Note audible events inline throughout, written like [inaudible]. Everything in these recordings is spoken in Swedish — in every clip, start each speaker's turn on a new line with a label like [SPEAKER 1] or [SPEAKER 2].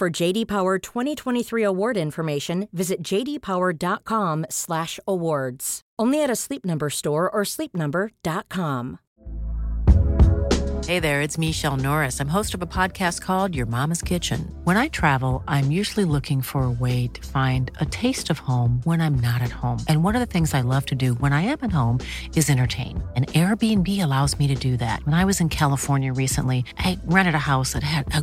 [SPEAKER 1] For JD Power 2023 award information, visit jdpower.com/awards. Only at a Sleep Number store or sleepnumber.com.
[SPEAKER 2] Hey there, it's Michelle Norris. I'm host of a podcast called Your Mama's Kitchen. When I travel, I'm usually looking for a way to find a taste of home when I'm not at home. And one of the things I love to do when I am at home is entertain. And Airbnb allows me to do that. When I was in California recently, I rented a house that had a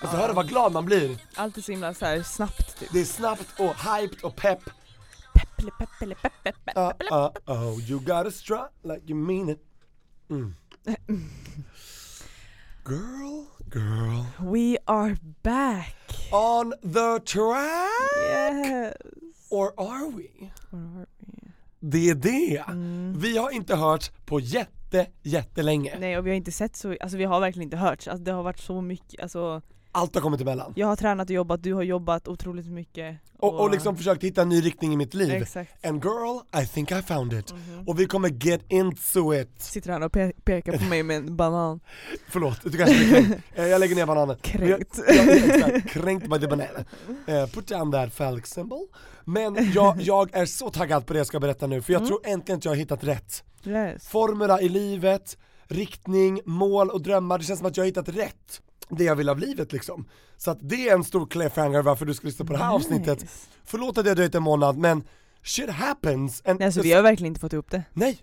[SPEAKER 3] Alltså hör du vad glad man blir?
[SPEAKER 4] Allt är så himla så här snabbt typ.
[SPEAKER 3] Det är snabbt och hyped och pepp
[SPEAKER 4] Peppele, peppele, peppele, peppele.
[SPEAKER 3] uh, uh, oh, you gotta strut like you mean it mm. Girl, girl
[SPEAKER 4] We are back!
[SPEAKER 3] On the track!
[SPEAKER 4] Yes!
[SPEAKER 3] Or are we?
[SPEAKER 4] Var var vi?
[SPEAKER 3] Det är det! Vi har inte hört på jätte, jättelänge
[SPEAKER 4] Mm. Nej och vi har inte sett så, alltså vi har verkligen inte hört. Alltså det har varit så mycket, alltså
[SPEAKER 3] Allt har kommit emellan
[SPEAKER 4] jag har tränat och jobbat, du har jobbat otroligt mycket.
[SPEAKER 3] och, och liksom försökt hitta en ny riktning i mitt liv
[SPEAKER 4] Exakt. Mm-hmm.
[SPEAKER 3] And girl, I think I found it Och vi kommer get into it
[SPEAKER 4] Sitter han och pe- pekar på mig med en banan.
[SPEAKER 3] Förlåt, du kanske blir kränkt. Eh, Jag lägger ner bananen
[SPEAKER 4] Kränkt.
[SPEAKER 3] Jag, jag, exakt, kränkt by the banana eh, Put down that phallic symbol Men jag, jag är så taggad på det jag ska berätta nu för
[SPEAKER 4] Mm.
[SPEAKER 3] jag tror äntligen att jag har hittat rätt
[SPEAKER 4] Yes.
[SPEAKER 3] Formerna i livet, riktning, mål och drömmar, det känns som att jag har hittat rätt det jag vill av livet liksom. Så att det är en stor cliffhanger varför du ska lyssna på det här avsnittet. Förlåt att jag dröjt en månad men shit happens. And
[SPEAKER 4] Nej, alltså vi har verkligen inte fått ihop det.
[SPEAKER 3] Nej!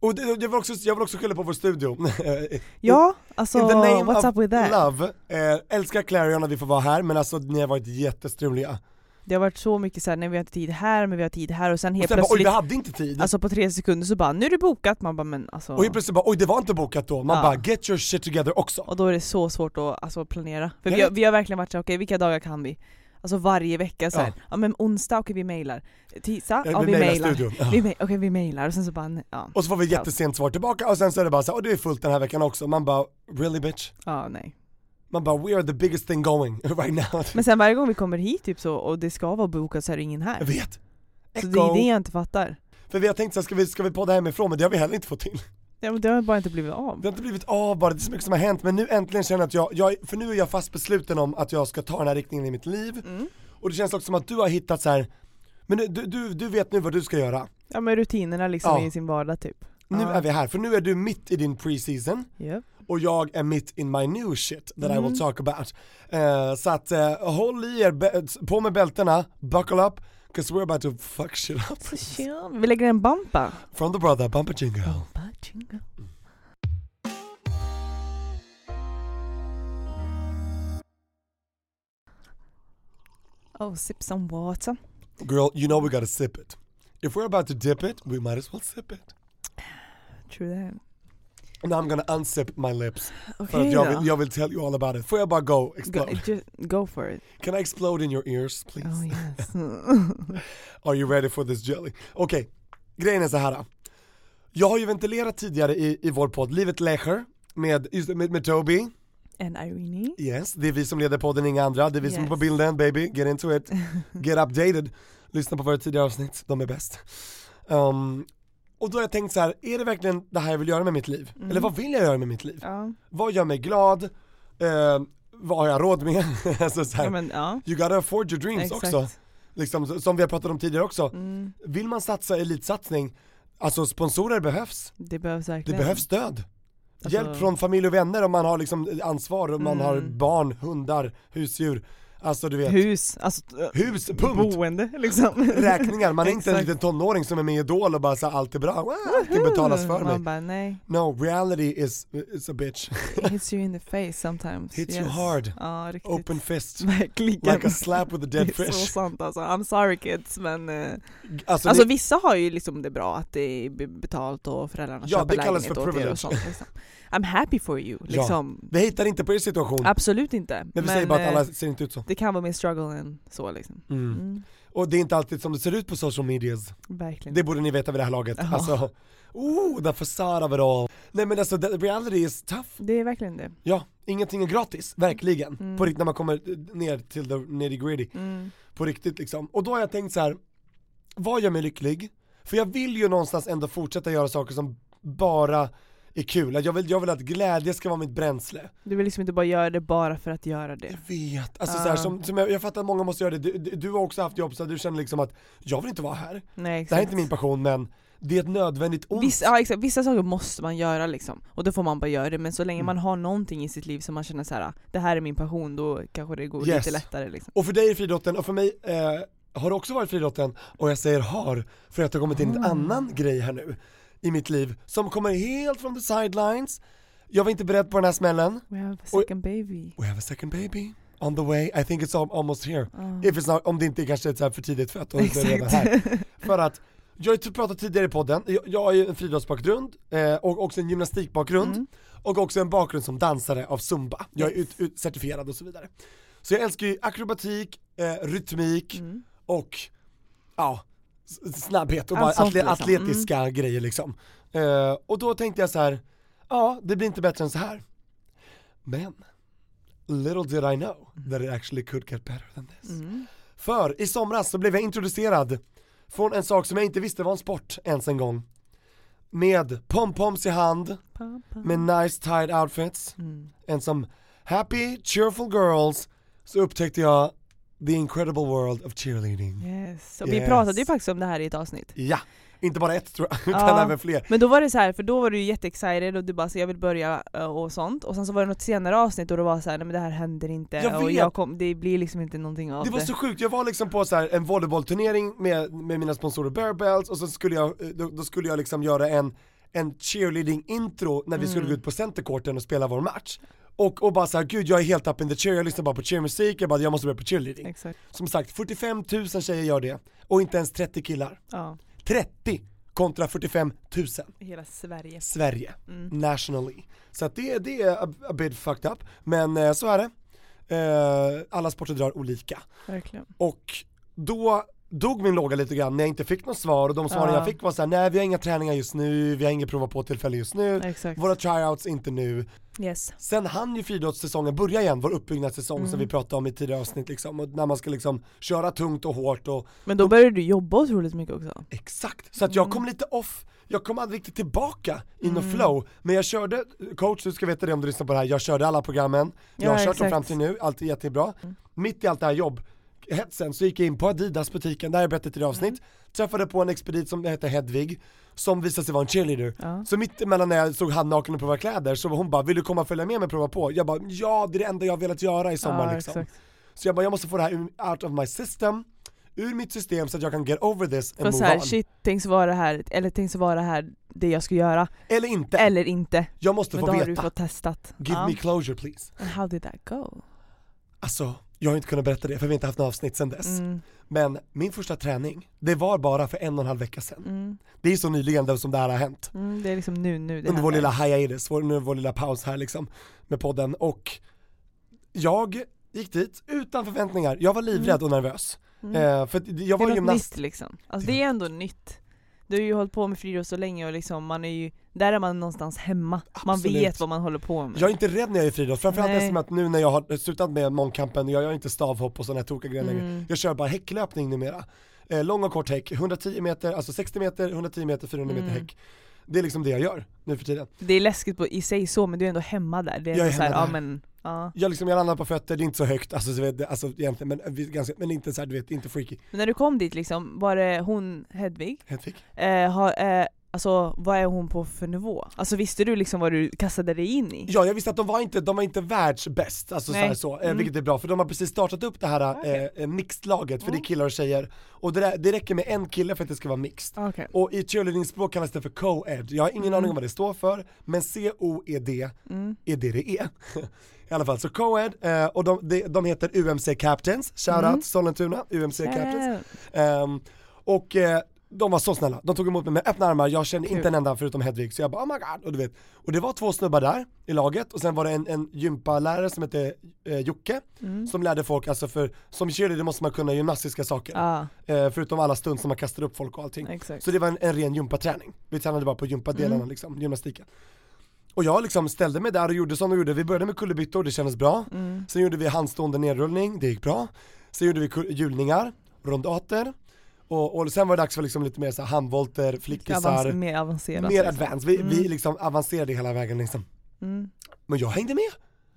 [SPEAKER 3] Och det, jag, vill också, jag vill också skylla på vår studio. [laughs] Eh,
[SPEAKER 4] Ja, alltså
[SPEAKER 3] In the name
[SPEAKER 4] what's
[SPEAKER 3] of
[SPEAKER 4] up with that?
[SPEAKER 3] love, eh, älskar Clarion att vi får vara här men alltså ni har varit jättestruliga.
[SPEAKER 4] Det har varit så mycket såhär, nej vi har inte tid här, men vi har tid här och sen
[SPEAKER 3] Och
[SPEAKER 4] helt
[SPEAKER 3] sen bara, oj
[SPEAKER 4] plötsligt,
[SPEAKER 3] vi hade inte tid.
[SPEAKER 4] alltså på tre sekunder så bara nu är det bokat, man bara men alltså
[SPEAKER 3] och helt plötsligt bara, oj det var inte bokat då. Man
[SPEAKER 4] Ja.
[SPEAKER 3] bara, get your shit together också.
[SPEAKER 4] Och då är det så svårt att alltså, planera. För
[SPEAKER 3] Jag
[SPEAKER 4] vi har,
[SPEAKER 3] vet.
[SPEAKER 4] vi har verkligen varit såhär, okej vilka dagar kan vi? Alltså varje vecka såhär,
[SPEAKER 3] Ja.
[SPEAKER 4] ja. men onsdag, okej vi mailar. Tisdag,
[SPEAKER 3] Eh,
[SPEAKER 4] ja
[SPEAKER 3] vi
[SPEAKER 4] vi
[SPEAKER 3] mailar
[SPEAKER 4] mailar.
[SPEAKER 3] studion, ja.
[SPEAKER 4] Vi ma- Okej vi mailar och sen så bara, nej, ja.
[SPEAKER 3] Och så får vi ett jättesent svar tillbaka och sen så är det bara så här, "Åh, det är fullt den här veckan också. Man bara, really bitch?
[SPEAKER 4] ja nej.
[SPEAKER 3] Man bara, we are the biggest thing going [laughs] right now.
[SPEAKER 4] Men sen varje gång vi kommer hit typ så, och det ska vara bokat så är det ingen
[SPEAKER 3] Jag
[SPEAKER 4] här.
[SPEAKER 3] vet.
[SPEAKER 4] Så det är
[SPEAKER 3] Echo.
[SPEAKER 4] det jag inte fattar.
[SPEAKER 3] För vi har tänkt så här, ska vi, ska vi podda hemifrån? Men det har vi heller inte fått till.
[SPEAKER 4] Ja, men det har bara inte blivit av.
[SPEAKER 3] Det har inte blivit av bara, det är så mycket som har hänt. Men nu äntligen känner jag att jag, jag för nu är jag fast besluten om att jag ska ta den här riktningen i mitt liv.
[SPEAKER 4] Mm.
[SPEAKER 3] Och det känns också som att du har hittat så här. men du, du, du vet nu vad du ska göra.
[SPEAKER 4] Ja men rutinerna liksom
[SPEAKER 3] Ja.
[SPEAKER 4] i sin vardag typ.
[SPEAKER 3] Nu
[SPEAKER 4] Ja.
[SPEAKER 3] är vi här, för nu är du mitt i din pre-season
[SPEAKER 4] Japp.
[SPEAKER 3] och jag är mitt in my new shit that
[SPEAKER 4] Mm.
[SPEAKER 3] I will talk about. Eh, så att eh, håll i er, bä- på med bältena, buckle up, cause we're about to fuck shit up.
[SPEAKER 4] Så tja, Vi lägger en bampa.
[SPEAKER 3] From the brother, bumper jingle.
[SPEAKER 4] Oh, sip some water.
[SPEAKER 3] Girl, you know we gotta sip it. If we're about to dip it, we might as well sip it.
[SPEAKER 4] True that.
[SPEAKER 3] And I'm gonna unsip my lips. För att
[SPEAKER 4] Okej
[SPEAKER 3] jag vill,
[SPEAKER 4] då.
[SPEAKER 3] jag vill tell you all about it. Får jag bara go
[SPEAKER 4] Go,
[SPEAKER 3] explode?
[SPEAKER 4] just go for it.
[SPEAKER 3] Can I explode in your ears please?
[SPEAKER 4] Oh
[SPEAKER 3] [laughs]
[SPEAKER 4] yes.
[SPEAKER 3] Are you ready for this jelly? Okej, grejen är så här. Jag har ju ventilerat tidigare i, i vår podd, Livet Leisure, med, just det, med, med Toby.
[SPEAKER 4] And Irene.
[SPEAKER 3] Yes, det är vi som leder podden, inga andra. Det är vi som är på
[SPEAKER 4] Yes.
[SPEAKER 3] bilden, baby. Get
[SPEAKER 4] [laughs]
[SPEAKER 3] into it. Get updated. Lyssna på våra tidigare avsnitt, de är bäst. Ehm, och då har jag tänkt så här, är det verkligen det här jag vill göra med mitt liv? Eller vad vill jag göra med mitt liv?
[SPEAKER 4] Mm. Ja.
[SPEAKER 3] Vad gör mig glad? Ehm, vad har jag råd med? [laughs] alltså så här,
[SPEAKER 4] ja, men ja.
[SPEAKER 3] you gotta afford your dreams
[SPEAKER 4] Exakt. Mm.
[SPEAKER 3] också. Liksom, så- som vi har pratat om tidigare också. Vill man satsa i elitsatsning, alltså sponsorer behövs.
[SPEAKER 4] Det behövs
[SPEAKER 3] Det
[SPEAKER 4] verkligen.
[SPEAKER 3] behövs stöd.
[SPEAKER 4] Alltså-
[SPEAKER 3] Hjälp från familj och vänner om man har liksom ansvar, om man har
[SPEAKER 4] Mm.
[SPEAKER 3] barn, hundar, husdjur. Alltså du vet,
[SPEAKER 4] Hus, alltså eh,
[SPEAKER 3] hus,
[SPEAKER 4] [laughs]
[SPEAKER 3] punkt.
[SPEAKER 4] boende liksom.
[SPEAKER 3] [laughs]
[SPEAKER 4] [laughs]
[SPEAKER 3] Räkningar, man är inte en
[SPEAKER 4] Exakt.
[SPEAKER 3] liten tonåring som är med i Idol och bara så här, allt är bra, Wow, allting betalas för
[SPEAKER 4] Man
[SPEAKER 3] mig.
[SPEAKER 4] bara
[SPEAKER 3] [laughs]
[SPEAKER 4] nej,
[SPEAKER 3] No, reality is, is a bitch.
[SPEAKER 4] [laughs] it hits you in the face sometimes. Oh,
[SPEAKER 3] Hits you hard.
[SPEAKER 4] Ja, riktigt. [laughs]
[SPEAKER 3] Open fist.
[SPEAKER 4] Verkligen.
[SPEAKER 3] Like a slap with a
[SPEAKER 4] det
[SPEAKER 3] dead
[SPEAKER 4] är så
[SPEAKER 3] fish.
[SPEAKER 4] sant alltså. I'm sorry kids men eh,
[SPEAKER 3] Alltså,
[SPEAKER 4] Alltså
[SPEAKER 3] det,
[SPEAKER 4] vissa har ju liksom det bra att det är be- betalt och föräldrarna
[SPEAKER 3] Ja,
[SPEAKER 4] köper
[SPEAKER 3] det kallas
[SPEAKER 4] lägenhet åt
[SPEAKER 3] för
[SPEAKER 4] er
[SPEAKER 3] privilege.
[SPEAKER 4] och sånt liksom. I'm happy for you liksom.
[SPEAKER 3] vi hittar inte på er situation.
[SPEAKER 4] Absolut inte.
[SPEAKER 3] Men vi säger bara att alla
[SPEAKER 4] eh,
[SPEAKER 3] ser inte ut så.
[SPEAKER 4] det kan vara mer struggle än så liksom.
[SPEAKER 3] Mm.
[SPEAKER 4] Mm.
[SPEAKER 3] Och det är inte alltid som det ser ut på social medias.
[SPEAKER 4] Verkligen.
[SPEAKER 3] Det borde ni veta vid det här laget.
[SPEAKER 4] Mm. Ja.
[SPEAKER 3] Alltså, oh, the facade of it all. Nej men alltså, the reality is tough.
[SPEAKER 4] Det är verkligen det.
[SPEAKER 3] Ja, ingenting är gratis, verkligen.
[SPEAKER 4] Mm.
[SPEAKER 3] På riktigt när man kommer eh, ner till the nitty gritty.
[SPEAKER 4] Mm.
[SPEAKER 3] På riktigt liksom. Och då har jag tänkt så här. vad gör mig lycklig? För jag vill ju någonstans ändå fortsätta göra saker som bara är kul. Att Jag vill, jag vill att glädje ska vara mitt bränsle.
[SPEAKER 4] Du vill liksom inte bara göra det bara för att göra det.
[SPEAKER 3] Jag vet, alltså
[SPEAKER 4] Ah.
[SPEAKER 3] så här, som, som jag, jag fattar att många måste göra det. Du, du, du har också haft jobb så här, du känner liksom att jag vill inte vara här.
[SPEAKER 4] Nej
[SPEAKER 3] Det här är
[SPEAKER 4] exakt.
[SPEAKER 3] inte min passion men det är ett nödvändigt ont.
[SPEAKER 4] Vissa, ja, exakt. Vissa saker måste man göra liksom, och då får man bara göra det men så länge
[SPEAKER 3] Mm.
[SPEAKER 4] man har någonting i sitt liv som man känner så här, "Ah, det här är min passion, då kanske det går
[SPEAKER 3] Yes.
[SPEAKER 4] lite lättare liksom.
[SPEAKER 3] Och för dig är friidrotten, och för mig eh, har det också varit friidrotten, och jag säger har, för att det har kommit in
[SPEAKER 4] Ah.
[SPEAKER 3] en annan grej här nu i mitt liv, som kommer helt från the sidelines. Jag var inte beredd på den här smällen.
[SPEAKER 4] We have a second baby.
[SPEAKER 3] We have a second baby on the way, I think it's al- almost here.
[SPEAKER 4] Ah.
[SPEAKER 3] If it's not, om det inte är kanske är så här för tidigt fött och inte redan
[SPEAKER 4] Exakt.
[SPEAKER 3] här. För att, jag har ju pratat tidigare i podden, jag, jag har ju en friidrottsbakgrund, eh, och också en gymnastikbakgrund,
[SPEAKER 4] Mm.
[SPEAKER 3] och också en bakgrund som dansare av zumba. Jag är ut, ut, certifierad och så vidare. Så jag älskar ju akrobatik, eh, rytmik,
[SPEAKER 4] Mm.
[SPEAKER 3] och ja, s- snabbhet och
[SPEAKER 4] Allt
[SPEAKER 3] bara
[SPEAKER 4] sånt
[SPEAKER 3] atle-
[SPEAKER 4] liksom.
[SPEAKER 3] atletiska grejer liksom. Eh, och då tänkte jag så här, ja det blir inte bättre än så här. Men, little did I know that it actually could get better than this.
[SPEAKER 4] Mm.
[SPEAKER 3] För i somras så blev jag introducerad från en sak som jag inte visste var en sport ens en gång. Med pompoms i hand,
[SPEAKER 4] Pa, pa.
[SPEAKER 3] med nice tied outfits,
[SPEAKER 4] Mm.
[SPEAKER 3] and some happy cheerful girls, så upptäckte jag the incredible world of cheerleading.
[SPEAKER 4] Yes. Och
[SPEAKER 3] Yes.
[SPEAKER 4] Vi pratade ju faktiskt om det här i ett avsnitt.
[SPEAKER 3] Ja, inte bara ett tror jag, [laughs] utan
[SPEAKER 4] Ja.
[SPEAKER 3] även fler.
[SPEAKER 4] Men då var det så här, för då var du ju jätteexcited och du bara så jag vill börja eh, och sånt. Och sen så var det något senare avsnitt och det var så här, nej men det här händer inte.
[SPEAKER 3] Jag
[SPEAKER 4] och
[SPEAKER 3] vet.
[SPEAKER 4] jag kom, det blir liksom inte någonting av
[SPEAKER 3] Det
[SPEAKER 4] det.
[SPEAKER 3] var så sjukt, jag var liksom på så här en volleybollturnering med, med mina sponsorer Bearbells och så skulle jag, eh, då, då skulle jag liksom göra en, en cheerleading intro när vi skulle
[SPEAKER 4] Mm.
[SPEAKER 3] gå ut på centercourten och spela vår match. Och, och bara såhär, gud jag är helt up in the cheer, jag lyssnar bara på cheermusik, jag bara jag måste börja på cheerleading.
[SPEAKER 4] Exakt.
[SPEAKER 3] Som sagt, 45 000 tjejer gör det och inte ens 30 killar.
[SPEAKER 4] Ja.
[SPEAKER 3] 30 kontra 45 000.
[SPEAKER 4] Hela Sverige.
[SPEAKER 3] Sverige,
[SPEAKER 4] Mm.
[SPEAKER 3] nationally. Så att det, det är a, a bit fucked up, men eh, så är det. Eh, alla sporter drar olika.
[SPEAKER 4] Verkligen.
[SPEAKER 3] Och då dog min låga lite grann när jag inte fick något svar och de svaren
[SPEAKER 4] Ja.
[SPEAKER 3] jag fick var såhär, nej vi har inga träningar just nu, vi har inget prova på-tillfälle just nu,
[SPEAKER 4] Exakt.
[SPEAKER 3] våra tryouts inte nu.
[SPEAKER 4] Yes.
[SPEAKER 3] Sen hann ju friidrottssäsongen börja igen, vår uppbyggnadssäsong som
[SPEAKER 4] Mm.
[SPEAKER 3] vi pratade om i tidigare avsnitt liksom, och när man ska liksom köra tungt och hårt och
[SPEAKER 4] Men då började du jobba otroligt mycket också.
[SPEAKER 3] Exakt, så att jag kom lite off, jag kom aldrig riktigt tillbaka i något
[SPEAKER 4] Mm.
[SPEAKER 3] flow, men jag körde, coach du ska veta det om du lyssnar på det här, jag körde alla programmen, jag
[SPEAKER 4] Ja,
[SPEAKER 3] har kört dem
[SPEAKER 4] exakt. Mm.
[SPEAKER 3] fram till nu, allt är jättebra. Mitt i allt det här jobb, hetsen, så gick jag in på Adidas butiken, där har jag berättat i det avsnitt,
[SPEAKER 4] Mm.
[SPEAKER 3] träffade på en expedit som hette Hedvig, som visade sig vara en cheerleader.
[SPEAKER 4] Ja.
[SPEAKER 3] Så mitt emellan när jag stod handnaken och provade kläder så hon bara, vill du komma och följa med mig och prova på? Jag bara, ja det är det enda jag har velat göra i sommar
[SPEAKER 4] Ja,
[SPEAKER 3] liksom.
[SPEAKER 4] exakt.
[SPEAKER 3] Så jag bara, jag måste få det här ur- out of my system, ur mitt system så att jag kan get over this
[SPEAKER 4] För
[SPEAKER 3] and
[SPEAKER 4] så
[SPEAKER 3] move
[SPEAKER 4] här,
[SPEAKER 3] on.
[SPEAKER 4] shit, tänk så var det här, eller tänk så var det här det jag ska göra.
[SPEAKER 3] Eller inte,
[SPEAKER 4] Eller inte.
[SPEAKER 3] jag måste
[SPEAKER 4] Men
[SPEAKER 3] få
[SPEAKER 4] då har du
[SPEAKER 3] veta.
[SPEAKER 4] fått testat.
[SPEAKER 3] Give
[SPEAKER 4] Ja.
[SPEAKER 3] me closure please.
[SPEAKER 4] And how did that go?
[SPEAKER 3] Alltså, jag har inte kunnat berätta det för vi har inte haft något avsnitt sedan dess.
[SPEAKER 4] Mm,
[SPEAKER 3] Men min första träning, det var bara för en och en halv vecka sedan.
[SPEAKER 4] mm,
[SPEAKER 3] Det är så nyligen det som det här har hänt.
[SPEAKER 4] mm, det är liksom nu, nu det
[SPEAKER 3] Under vår
[SPEAKER 4] händer.
[SPEAKER 3] lilla hiatus, vår, nu vår lilla paus här liksom med podden och jag gick dit utan förväntningar. Jag var livrädd och nervös.
[SPEAKER 4] Mm.
[SPEAKER 3] Eh, för att jag
[SPEAKER 4] Det
[SPEAKER 3] var
[SPEAKER 4] är något
[SPEAKER 3] gymnast.
[SPEAKER 4] nytt liksom. Alltså
[SPEAKER 3] Det
[SPEAKER 4] det är ändå nytt. Du har ju hållit på med friidrott så länge och liksom man är ju, där är man någonstans hemma. Man
[SPEAKER 3] Absolut.
[SPEAKER 4] vet vad man håller på med.
[SPEAKER 3] Jag är inte rädd när jag är i friidrott, framförallt
[SPEAKER 4] Nej.
[SPEAKER 3] eftersom att nu när jag har slutat med mångkampen, jag gör inte stavhopp och sådana här tokiga grejer längre.
[SPEAKER 4] Mm.
[SPEAKER 3] Jag kör bara häcklöpning numera. Eh, lång och kort häck, 110 meter, alltså 60 meter, 110 meter, 400 meter
[SPEAKER 4] Mm.
[SPEAKER 3] häck. Det är liksom det jag gör nu för tiden.
[SPEAKER 4] Det är läskigt på, i sig så men du är ändå hemma där. Det är,
[SPEAKER 3] Jag är
[SPEAKER 4] ändå så här,
[SPEAKER 3] hemma
[SPEAKER 4] ja
[SPEAKER 3] där.
[SPEAKER 4] men, ja.
[SPEAKER 3] Jag, liksom, jag landar på fötter, det är inte så högt, alltså, så vet, det- alltså egentligen, men, vi- ganska, men inte så här, du vet, inte freaky.
[SPEAKER 4] Men när du kom dit liksom, var det hon Hedvig?
[SPEAKER 3] Hedvig.
[SPEAKER 4] Eh, har, eh, alltså vad är hon på för nivå? Alltså visste du liksom vad du kastade dig in i?
[SPEAKER 3] Ja, jag visste att de var inte, de var inte världsbäst, alltså så,
[SPEAKER 4] Nej.
[SPEAKER 3] här så eh,
[SPEAKER 4] Mm.
[SPEAKER 3] vilket är bra för de har precis startat upp det här eh, eh, mixedlaget för
[SPEAKER 4] Mm.
[SPEAKER 3] det är killar och tjejer och det, där, det räcker med en kille för att det ska vara mixed.
[SPEAKER 4] Okej. Mm.
[SPEAKER 3] Och i cheerleading-språk kallas det för co-ed. Jag har ingen aning om vad det står för, men C-O-E-D är det det är. [laughs] I alla fall, så co-ed, eh, och de, de, de heter UMC Captains, shoutout
[SPEAKER 4] Mm.
[SPEAKER 3] Sollentuna, UMC Captains. Ehm, och eh, de var så snälla, de tog emot mig med öppna armar, jag kände inte en enda förutom Hedvig så jag bara oh my god och du vet. Och det var två snubbar där i laget och sen var det en, en gympalärare som hette eh, Jocke
[SPEAKER 4] Mm.
[SPEAKER 3] som lärde folk, alltså för som cheerleader måste man kunna gymnastiska saker.
[SPEAKER 4] Ja,
[SPEAKER 3] Eh, förutom alla stund som man kastar upp folk och allting.
[SPEAKER 4] exakt. Mm.
[SPEAKER 3] Så det var en, en ren gympaträning. Vi tränade bara på gympadelarna liksom, gymnastiken. Och jag liksom ställde mig där och gjorde som de gjorde. Vi började med kullerbyttor, det kändes bra.
[SPEAKER 4] Mm.
[SPEAKER 3] Sen gjorde vi handstående nedrullning, det gick bra. Sen gjorde vi kul- hjulningar, rondater. Och, och sen var det dags för liksom lite mer så här handvolter,
[SPEAKER 4] Avance-
[SPEAKER 3] flickisar,
[SPEAKER 4] mer avancerat.
[SPEAKER 3] mer
[SPEAKER 4] liksom.
[SPEAKER 3] advanced. Vi, vi liksom avancerade hela vägen liksom.
[SPEAKER 4] Mm.
[SPEAKER 3] Men jag hängde med.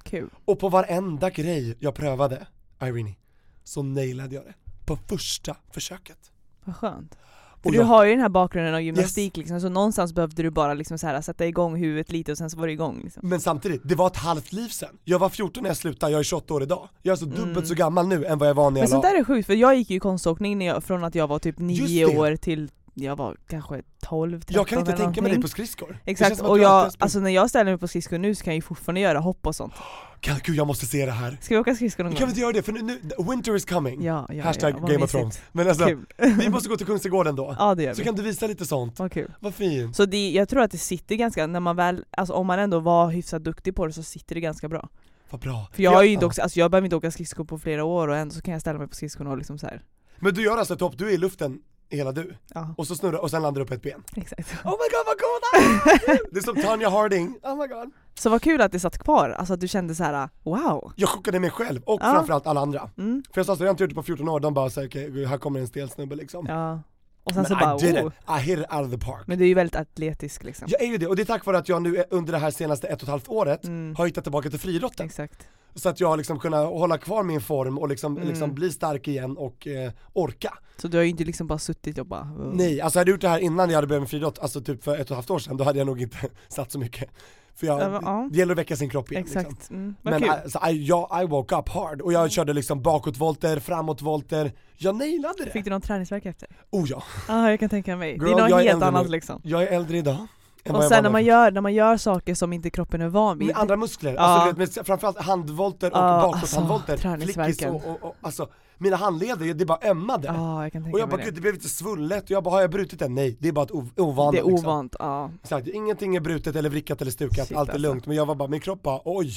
[SPEAKER 4] Kul.
[SPEAKER 3] Och på varenda grej jag prövade, Irene, så nailade jag det. På första försöket.
[SPEAKER 4] Vad skönt. För
[SPEAKER 3] Och
[SPEAKER 4] du
[SPEAKER 3] jag-
[SPEAKER 4] har ju den här bakgrunden av gymnastik liksom, så någonstans behövde du bara liksom så här, sätta igång huvudet lite och sen så var det igång liksom.
[SPEAKER 3] Men samtidigt, det var ett halvt liv sedan. Jag var 14 när jag slutade, jag är 28 år idag. Jag är alltså dubbelt så gammal nu än vad jag var när
[SPEAKER 4] Mm. Men
[SPEAKER 3] jag
[SPEAKER 4] sånt
[SPEAKER 3] la...
[SPEAKER 4] där är sjukt för jag gick ju i konståkning när jag, från att jag var typ nio
[SPEAKER 3] det.
[SPEAKER 4] år till jag var kanske 12, 13
[SPEAKER 3] Jag kan inte
[SPEAKER 4] eller
[SPEAKER 3] tänka mig dig
[SPEAKER 4] någonting.
[SPEAKER 3] på skridskor. Det känns
[SPEAKER 4] Exakt,
[SPEAKER 3] som att
[SPEAKER 4] och
[SPEAKER 3] du alltid
[SPEAKER 4] jag,
[SPEAKER 3] har sprungit-
[SPEAKER 4] alltså när jag ställer mig på skridskor nu så kan jag ju fortfarande göra hopp och sånt.
[SPEAKER 3] Kan- Gud jag måste se det här.
[SPEAKER 4] Ska vi åka skridskor någon
[SPEAKER 3] Kan vi
[SPEAKER 4] gång?
[SPEAKER 3] inte göra det? För nu, nu winter is coming.
[SPEAKER 4] Mm. Ja, ja,
[SPEAKER 3] Hashtag
[SPEAKER 4] ja, vad
[SPEAKER 3] Game of
[SPEAKER 4] mysigt.
[SPEAKER 3] Thrones. Men alltså,
[SPEAKER 4] Kul.
[SPEAKER 3] vi måste gå till Kungsträdgården då.
[SPEAKER 4] [laughs] Ja det gör
[SPEAKER 3] Så
[SPEAKER 4] vi.
[SPEAKER 3] kan du visa lite sånt.
[SPEAKER 4] Vad kul.
[SPEAKER 3] Vad fint.
[SPEAKER 4] Så det, jag tror att det sitter ganska, när man väl, alltså om man ändå var hyfsat duktig på det så sitter det ganska bra.
[SPEAKER 3] Vad bra.
[SPEAKER 4] För jag har ju
[SPEAKER 3] Ja.
[SPEAKER 4] inte också, alltså jag behöver inte åka skridskor på flera år och ändå så kan jag ställa mig på skridskorna och liksom så här.
[SPEAKER 3] Men du gör alltså ett hopp, du är i luften hela du.
[SPEAKER 4] ja
[SPEAKER 3] Och så snurrar, och sen landar du på
[SPEAKER 4] [laughs]
[SPEAKER 3] ett ben.
[SPEAKER 4] exakt.
[SPEAKER 3] Oh my god vad coolt! det är som Tanya Harding. Oh my god.
[SPEAKER 4] Så vad kul att det satt kvar, alltså att du kände så här: wow.
[SPEAKER 3] Jag chockade mig själv och
[SPEAKER 4] Ja.
[SPEAKER 3] framförallt alla andra.
[SPEAKER 4] Mm.
[SPEAKER 3] För jag sa så, jag har inte gjort det på 14 år, de bara såhär, okej här kommer en stel snubbe liksom.
[SPEAKER 4] Ja. Och sen
[SPEAKER 3] Men
[SPEAKER 4] så
[SPEAKER 3] I
[SPEAKER 4] bara,
[SPEAKER 3] did
[SPEAKER 4] oh.
[SPEAKER 3] it, I hit it out of the park.
[SPEAKER 4] Men du är ju väldigt atletisk liksom.
[SPEAKER 3] Jag är ju det, och det är tack vare att jag nu är- under det här senaste ett och ett halvt året
[SPEAKER 4] Mm.
[SPEAKER 3] har hittat tillbaka till friidrotten.
[SPEAKER 4] Exakt.
[SPEAKER 3] Så att jag har liksom kunnat hålla kvar min form och liksom,
[SPEAKER 4] Mm.
[SPEAKER 3] liksom bli stark igen och eh, orka.
[SPEAKER 4] Så du har ju inte liksom bara suttit och bara, oh.
[SPEAKER 3] Nej, alltså hade jag gjort det här innan jag hade börjat med friidrott, alltså typ för ett och ett halvt år sedan, då hade jag nog inte [laughs] satt så mycket. För jag,
[SPEAKER 4] Ja, men, ja.
[SPEAKER 3] det gäller att väcka sin kropp igen
[SPEAKER 4] Exakt.
[SPEAKER 3] liksom.
[SPEAKER 4] Mm. Vad
[SPEAKER 3] Men
[SPEAKER 4] kul. Mm.
[SPEAKER 3] alltså, I, jag, I woke up hard och jag körde liksom bakåtvolter, framåtvolter, jag nailade det!
[SPEAKER 4] Fick du någon träningsvärk efter?
[SPEAKER 3] [laughs] Oh ja,
[SPEAKER 4] Ja, jag kan tänka mig.
[SPEAKER 3] Girl,
[SPEAKER 4] det är
[SPEAKER 3] jag
[SPEAKER 4] något
[SPEAKER 3] är
[SPEAKER 4] helt
[SPEAKER 3] äldre
[SPEAKER 4] annat
[SPEAKER 3] nu.
[SPEAKER 4] liksom.
[SPEAKER 3] jag är äldre idag än
[SPEAKER 4] Och
[SPEAKER 3] vad jag var
[SPEAKER 4] sen
[SPEAKER 3] när
[SPEAKER 4] när man,
[SPEAKER 3] jag
[SPEAKER 4] gör, när man gör saker som inte kroppen är van vid.
[SPEAKER 3] Med andra muskler,
[SPEAKER 4] Ja.
[SPEAKER 3] alltså, du vet, med framförallt handvolter och
[SPEAKER 4] Ja,
[SPEAKER 3] bakåthandvolter,
[SPEAKER 4] alltså,
[SPEAKER 3] flickis
[SPEAKER 4] träningsvärken.
[SPEAKER 3] och, och, och alltså, mina handleder, det bara ömmade.
[SPEAKER 4] Ja, jag kan tänka
[SPEAKER 3] och jag
[SPEAKER 4] mig
[SPEAKER 3] bara
[SPEAKER 4] det.
[SPEAKER 3] gud det blev lite svullet, och jag bara har jag brutit den? Nej, det är bara ett ov- ovana
[SPEAKER 4] det är
[SPEAKER 3] Liksom.
[SPEAKER 4] ovant, ja.
[SPEAKER 3] Exakt, ingenting är brutet eller vrickat eller stukat,
[SPEAKER 4] Shit,
[SPEAKER 3] allt är
[SPEAKER 4] alltså.
[SPEAKER 3] lugnt. Men jag var bara, min kropp bara oj.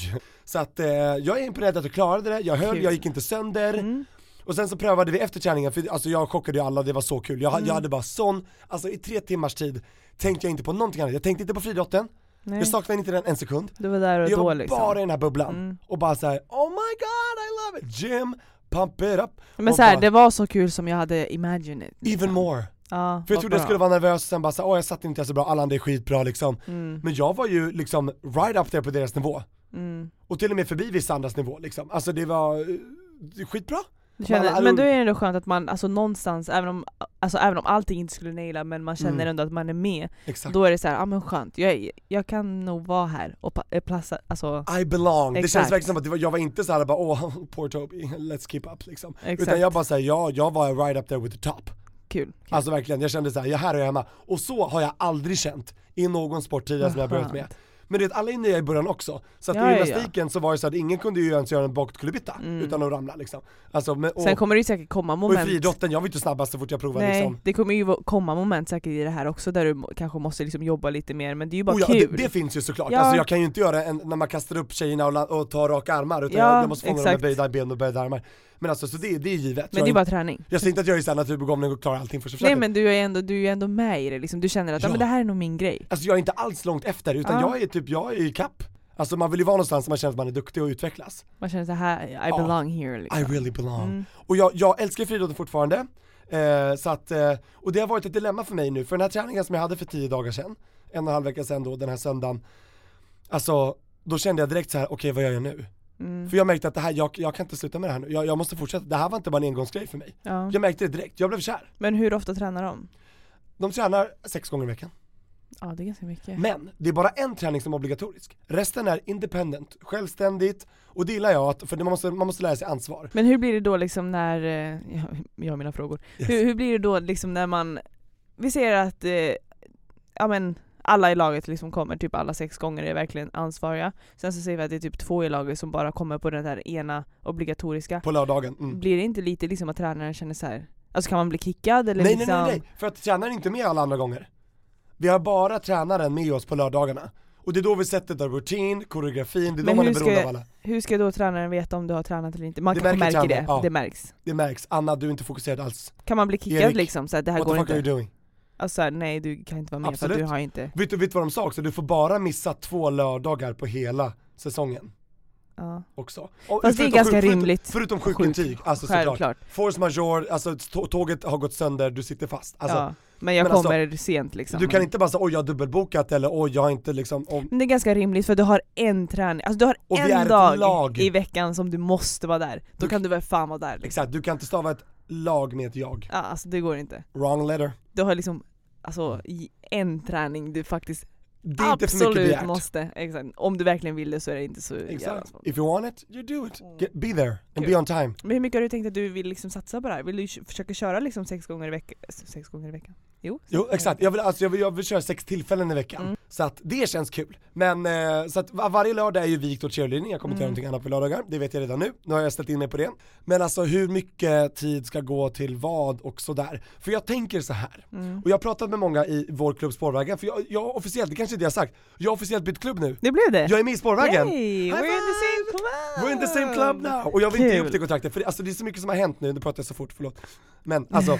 [SPEAKER 3] Så att eh, jag är imponerad att jag klarade det, jag höll,
[SPEAKER 4] Kul.
[SPEAKER 3] jag gick inte sönder.
[SPEAKER 4] Mm.
[SPEAKER 3] Och sen så prövade vi efter träningen, för alltså jag chockade ju alla, det var så kul. Jag,
[SPEAKER 4] Mm.
[SPEAKER 3] jag hade bara sån, alltså i tre timmars tid tänkte jag inte på någonting annat. Jag tänkte inte på friidrotten,
[SPEAKER 4] Nej.
[SPEAKER 3] jag saknade inte den en sekund.
[SPEAKER 4] Du var där och
[SPEAKER 3] Jag
[SPEAKER 4] då
[SPEAKER 3] var
[SPEAKER 4] liksom.
[SPEAKER 3] bara i den här bubblan
[SPEAKER 4] Mm.
[SPEAKER 3] och bara såhär oh my god I love it, gym, pump it up
[SPEAKER 4] Men
[SPEAKER 3] och
[SPEAKER 4] så här,
[SPEAKER 3] bara,
[SPEAKER 4] det var så kul som jag hade imagined it.
[SPEAKER 3] even more.
[SPEAKER 4] Ja,
[SPEAKER 3] För jag
[SPEAKER 4] vad
[SPEAKER 3] trodde jag
[SPEAKER 4] bra.
[SPEAKER 3] skulle vara nervös och sen bara såhär åh jag satte inte så bra, alla andra är skitbra liksom.
[SPEAKER 4] Mm,
[SPEAKER 3] Men jag var ju liksom right up there på deras nivå
[SPEAKER 4] mm.
[SPEAKER 3] och till och med förbi vissa andras nivå liksom. Alltså det var eh, skitbra.
[SPEAKER 4] Du känner,
[SPEAKER 3] alla-
[SPEAKER 4] men då är det ändå skönt att man alltså, någonstans, även om, alltså, även om allting inte skulle naila men man känner
[SPEAKER 3] Mm.
[SPEAKER 4] ändå att man är med,
[SPEAKER 3] Exakt.
[SPEAKER 4] då är det så här, ja ah, men skönt, jag, jag kan nog vara här och pa- eh, platsa, alltså
[SPEAKER 3] I belong. Det känns
[SPEAKER 4] Exakt.
[SPEAKER 3] verkligen som att det var, jag var inte såhär bara åh [laughs] poor Toby, let's keep up liksom.
[SPEAKER 4] Exakt.
[SPEAKER 3] Utan jag bara såhär, ja jag var right up there with the top.
[SPEAKER 4] kul. kul.
[SPEAKER 3] Alltså verkligen, jag kände såhär, jag här är jag hemma. Och så har jag aldrig känt i någon sport tidigare som jag har
[SPEAKER 4] Vad
[SPEAKER 3] börjat med.
[SPEAKER 4] skönt.
[SPEAKER 3] Men det, alla är nya i början också. Så att
[SPEAKER 4] Ja,
[SPEAKER 3] i
[SPEAKER 4] ja, ja.
[SPEAKER 3] gymnastiken så var det så att ingen kunde ju ens göra en bakt kullerbytta utan att ramla liksom. Alltså, men, och,
[SPEAKER 4] Sen kommer det ju säkert komma
[SPEAKER 3] och i
[SPEAKER 4] moment.
[SPEAKER 3] friidrotten, jag var ju inte snabbast så fort jag provade
[SPEAKER 4] Nej,
[SPEAKER 3] liksom.
[SPEAKER 4] det kommer ju va- komma moment säkert i det här också där du må- kanske måste liksom jobba lite mer men det är ju bara
[SPEAKER 3] Oh ja, det,
[SPEAKER 4] kul.
[SPEAKER 3] det finns ju såklart,
[SPEAKER 4] Ja.
[SPEAKER 3] alltså jag kan ju inte göra en, när man kastar upp tjejerna och, la- och tar raka armar utan
[SPEAKER 4] Ja,
[SPEAKER 3] jag, jag måste fånga dem med
[SPEAKER 4] exakt.
[SPEAKER 3] böjda ben och böjda armar. Men alltså så det, det är givet.
[SPEAKER 4] men det är
[SPEAKER 3] jag,
[SPEAKER 4] bara träning.
[SPEAKER 3] jag säger inte att jag är såhär naturbegåvning och klarar allting första
[SPEAKER 4] Nej
[SPEAKER 3] försöket.
[SPEAKER 4] men du är, ändå, du är ändå med i det liksom, du känner att ja.
[SPEAKER 3] Ja.
[SPEAKER 4] men det här är nog min grej.
[SPEAKER 3] Alltså jag är inte alls långt efter utan
[SPEAKER 4] Ja.
[SPEAKER 3] jag är typ, jag är i kapp. Alltså man vill ju vara någonstans där man känner att man är duktig och utvecklas.
[SPEAKER 4] Man känner så här, I
[SPEAKER 3] Ja.
[SPEAKER 4] belong here liksom.
[SPEAKER 3] I really belong.
[SPEAKER 4] Mm.
[SPEAKER 3] Och jag, jag älskar ju friidrotten fortfarande, eh, så att, eh, och det har varit ett dilemma för mig nu, för den här träningen som jag hade för tio dagar sedan, en och en halv vecka sedan då, den här söndagen, alltså då kände jag direkt så här: okej vad gör jag nu?
[SPEAKER 4] Mm.
[SPEAKER 3] För jag märkte att det här, jag, jag kan inte sluta med det här nu, jag, jag måste fortsätta, det här var inte bara en engångsgrej för mig.
[SPEAKER 4] Ja.
[SPEAKER 3] Jag märkte det direkt, jag blev kär.
[SPEAKER 4] Men hur ofta tränar de?
[SPEAKER 3] De tränar sex gånger i veckan.
[SPEAKER 4] Ja det är ganska mycket.
[SPEAKER 3] Men det är bara en träning som är obligatorisk. Resten är independent, självständigt och det gillar jag, att, för det- man måste, man måste lära sig ansvar.
[SPEAKER 4] Men hur blir det då liksom när, eh, jag- jag har mina frågor,
[SPEAKER 3] Yes.
[SPEAKER 4] hur, hur blir det då liksom när man, vi ser att, eh, ja men alla i laget liksom kommer, typ alla sex gånger är verkligen ansvariga. Sen så ser vi att det är typ två i laget som bara kommer på den här ena obligatoriska.
[SPEAKER 3] På lördagen. Mm.
[SPEAKER 4] Blir det inte lite liksom att tränaren känner så här? alltså kan man bli kickad eller
[SPEAKER 3] Nej, nej
[SPEAKER 4] liksom?
[SPEAKER 3] nej nej, för att tränaren är inte med alla andra gånger. Vi har bara tränaren med oss på lördagarna. Och det är då vi sätter där rutin, koreografin, det är då
[SPEAKER 4] Men
[SPEAKER 3] man är
[SPEAKER 4] hur ska
[SPEAKER 3] beroende
[SPEAKER 4] jag-
[SPEAKER 3] av alla.
[SPEAKER 4] Hur ska då tränaren veta om du har tränat eller inte? Man
[SPEAKER 3] Det
[SPEAKER 4] kanske
[SPEAKER 3] märker
[SPEAKER 4] märker det,
[SPEAKER 3] tränaren, ja.
[SPEAKER 4] det märks.
[SPEAKER 3] Det märks, Anna du är inte fokuserad alls.
[SPEAKER 4] Kan man bli kickad
[SPEAKER 3] Erik,
[SPEAKER 4] liksom? Så här, det här
[SPEAKER 3] What the
[SPEAKER 4] går
[SPEAKER 3] fuck are
[SPEAKER 4] inte.
[SPEAKER 3] you doing?
[SPEAKER 4] Alltså så här, nej du kan inte vara med för
[SPEAKER 3] Absolut.
[SPEAKER 4] att du har inte.
[SPEAKER 3] Vet du, vet du vad de sa också? Du får bara missa två lördagar på hela säsongen
[SPEAKER 4] Ja.
[SPEAKER 3] också.
[SPEAKER 4] Fast
[SPEAKER 3] Och,
[SPEAKER 4] det är
[SPEAKER 3] förutom
[SPEAKER 4] ganska
[SPEAKER 3] sjuk- förutom-
[SPEAKER 4] rimligt.
[SPEAKER 3] Förutom sjukintyg, alltså såklart.
[SPEAKER 4] Självklart.
[SPEAKER 3] Force majeure, alltså tå- tåget har gått sönder, du sitter fast. Alltså,
[SPEAKER 4] ja, men jag
[SPEAKER 3] men alltså,
[SPEAKER 4] kommer sent liksom. Mm.
[SPEAKER 3] Du kan inte bara säga oj jag har dubbelbokat eller oj jag har inte liksom, om,
[SPEAKER 4] Men det är ganska rimligt för du har en träning, alltså du har
[SPEAKER 3] Och vi är
[SPEAKER 4] en
[SPEAKER 3] ett
[SPEAKER 4] dag
[SPEAKER 3] lag.
[SPEAKER 4] i veckan som du måste vara där. Då
[SPEAKER 3] Du-
[SPEAKER 4] kan du väl fan vara där liksom.
[SPEAKER 3] exakt, du kan inte stava ett lag med ett jag.
[SPEAKER 4] Ja, alltså det går inte.
[SPEAKER 3] Wrong letter.
[SPEAKER 4] Du har liksom alltså, i- en träning du faktiskt
[SPEAKER 3] Det är inte för mycket
[SPEAKER 4] absolut
[SPEAKER 3] begärt.
[SPEAKER 4] måste. Exakt. Om du verkligen vill det så är det inte så jävla
[SPEAKER 3] Exakt.
[SPEAKER 4] svårt.
[SPEAKER 3] If you want it, you do it.
[SPEAKER 4] Mm.
[SPEAKER 3] Get, be there and
[SPEAKER 4] Kul.
[SPEAKER 3] be on time.
[SPEAKER 4] Men hur mycket har du tänkt att du vill liksom satsa på det här? Vill du k- försöka köra liksom sex gånger i veckan? Sex gånger i veckan? Jo, sex
[SPEAKER 3] Jo
[SPEAKER 4] gånger i
[SPEAKER 3] exakt, jag vill, alltså, jag vill, jag vill köra sex tillfällen i veckan.
[SPEAKER 4] Mm.
[SPEAKER 3] Så att det känns kul. Men eh, så att var- varje lördag är ju vikt åt cheerleading, jag kommer inte göra
[SPEAKER 4] Mm.
[SPEAKER 3] någonting annat på lördagar, det vet jag redan nu. Nu har jag ställt in mig på det. Men alltså hur mycket tid ska gå till vad och sådär. För jag tänker så här.
[SPEAKER 4] veckan. Mm.
[SPEAKER 3] och jag har pratat med många i vår klubb Spårvägen, för jag, jag har officiellt, det kanske inte jag har sagt, jag har officiellt bytt klubb nu.
[SPEAKER 4] Det blev det!
[SPEAKER 3] Jag är med i Spårvägen!
[SPEAKER 4] Yay,
[SPEAKER 3] High
[SPEAKER 4] we're in the same
[SPEAKER 3] five!
[SPEAKER 4] club!
[SPEAKER 3] We're in the same club now! Och jag vill inte ge
[SPEAKER 4] Kul.
[SPEAKER 3] upp det kontraktet, för det, alltså, det är så mycket som har hänt nu, nu pratar jag så fort, förlåt. Men alltså,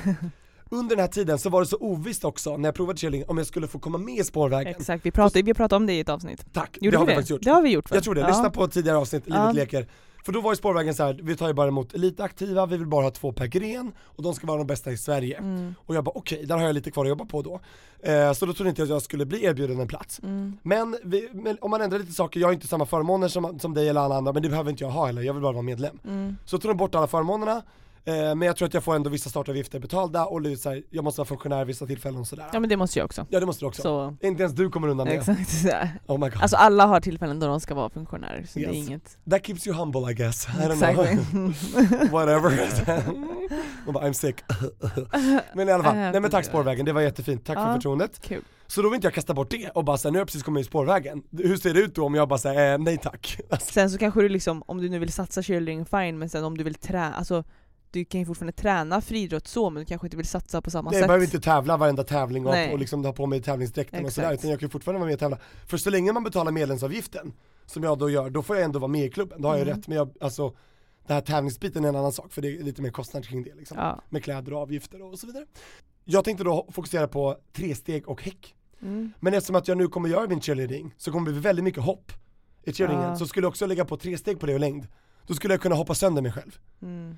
[SPEAKER 3] under den här tiden så var det så ovisst också när jag provade cheerleading om jag skulle få komma med i spårvägen.
[SPEAKER 4] Exakt, vi pratade, vi pratade om det i ett avsnitt.
[SPEAKER 3] Tack,
[SPEAKER 4] Gjorde
[SPEAKER 3] det har
[SPEAKER 4] vi
[SPEAKER 3] vi faktiskt gjort.
[SPEAKER 4] Det har vi gjort va?
[SPEAKER 3] Jag tror det,
[SPEAKER 4] Ja.
[SPEAKER 3] lyssna på ett tidigare avsnitt, Livet
[SPEAKER 4] Ja.
[SPEAKER 3] leker. För då var ju spårvägen så här, vi tar ju bara emot elitaktiva, vi vill bara ha två per gren och de ska vara de bästa i Sverige.
[SPEAKER 4] Mm.
[SPEAKER 3] Och jag bara okej, där har jag lite kvar att jobba på då. Eh, så då trodde inte jag att jag skulle bli erbjuden en plats.
[SPEAKER 4] Mm.
[SPEAKER 3] Men, vi, men om man ändrar lite saker, jag har inte samma förmåner som, som dig eller alla andra, men det behöver inte jag ha heller, jag vill bara vara medlem.
[SPEAKER 4] Mm.
[SPEAKER 3] Så tog de bort alla förmånerna, eh, men jag tror att jag får ändå vissa startavgifter betalda och lite så här, jag måste vara funktionär vissa tillfällen och sådär.
[SPEAKER 4] Ja
[SPEAKER 3] Ja,
[SPEAKER 4] men det måste jag också.
[SPEAKER 3] det måste du också.
[SPEAKER 4] Så,
[SPEAKER 3] Inte ens du kommer undan det.
[SPEAKER 4] exakt sådär.
[SPEAKER 3] Oh my god.
[SPEAKER 4] Alltså alla har tillfällen då de ska vara funktionärer, så det är
[SPEAKER 3] Yes.
[SPEAKER 4] inget.
[SPEAKER 3] That keeps you humble I guess. I don't
[SPEAKER 4] Exactly.
[SPEAKER 3] know. [laughs] Whatever. [laughs] De bara I'm sick. [laughs] men i alla fall,
[SPEAKER 4] I have
[SPEAKER 3] nej
[SPEAKER 4] to
[SPEAKER 3] men tack
[SPEAKER 4] do
[SPEAKER 3] spårvägen, det var jättefint, tack för
[SPEAKER 4] Ja.
[SPEAKER 3] förtroendet.
[SPEAKER 4] Kul.
[SPEAKER 3] Så då vill inte jag kasta bort det och bara säga nu har jag precis kommit i spårvägen. Hur ser det ut då om jag bara säger eh, nej tack? [laughs] Alltså,
[SPEAKER 4] Sen så kanske du liksom, om du nu vill satsa cheerleading fine, men sen om du vill träna, alltså du kan ju fortfarande träna friidrott så men du kanske inte vill satsa på samma
[SPEAKER 3] Nej, jag
[SPEAKER 4] sätt.
[SPEAKER 3] behöver inte tävla varenda tävling och,
[SPEAKER 4] Nej.
[SPEAKER 3] och liksom ha på mig tävlingsdräkten och
[SPEAKER 4] Exakt.
[SPEAKER 3] sådär utan jag kan ju fortfarande vara med och tävla. För så länge man betalar medlemsavgiften, som jag då gör, då får jag ändå vara med i klubben, då har jag
[SPEAKER 4] Mm.
[SPEAKER 3] rätt. Men jag, alltså, den här tävlingsbiten är en annan sak för det är lite mer kostnad kring det liksom.
[SPEAKER 4] Ja.
[SPEAKER 3] Med kläder och avgifter och så vidare. Jag tänkte då fokusera på tresteg och häck.
[SPEAKER 4] Mm.
[SPEAKER 3] Men eftersom att jag nu kommer göra min cheerleading så kommer det bli väldigt mycket hopp i cheerleadingen.
[SPEAKER 4] Ja.
[SPEAKER 3] Så skulle jag också lägga på tre steg på det och längd. Då skulle jag kunna hoppa sönder mig själv.
[SPEAKER 4] Mm.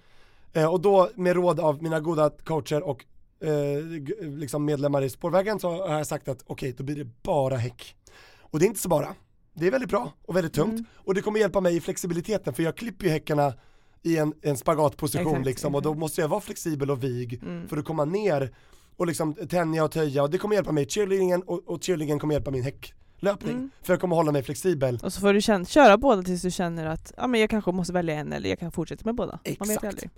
[SPEAKER 3] Eh, och då med råd av mina goda coacher och eh, g- liksom medlemmar i spårvägen så har jag sagt att okej, då blir det bara häck. Och det är inte så bara. Det är väldigt bra och väldigt
[SPEAKER 4] Mm.
[SPEAKER 3] tungt. Och det kommer hjälpa mig i flexibiliteten för jag klipper ju häckarna i en, en spagatposition
[SPEAKER 4] Exakt,
[SPEAKER 3] liksom och då måste jag vara flexibel och vig
[SPEAKER 4] Mm.
[SPEAKER 3] för att komma ner och liksom tänja och töja och det kommer hjälpa mig i cheerleadingen och, och cheerleadingen kommer hjälpa min häcklöpning.
[SPEAKER 4] Mm.
[SPEAKER 3] För jag kommer hålla mig flexibel.
[SPEAKER 4] Och så får du känna, köra båda tills du känner att ja, men jag kanske måste välja en eller jag kan fortsätta med båda. Man vet
[SPEAKER 3] Exakt.
[SPEAKER 4] ju aldrig.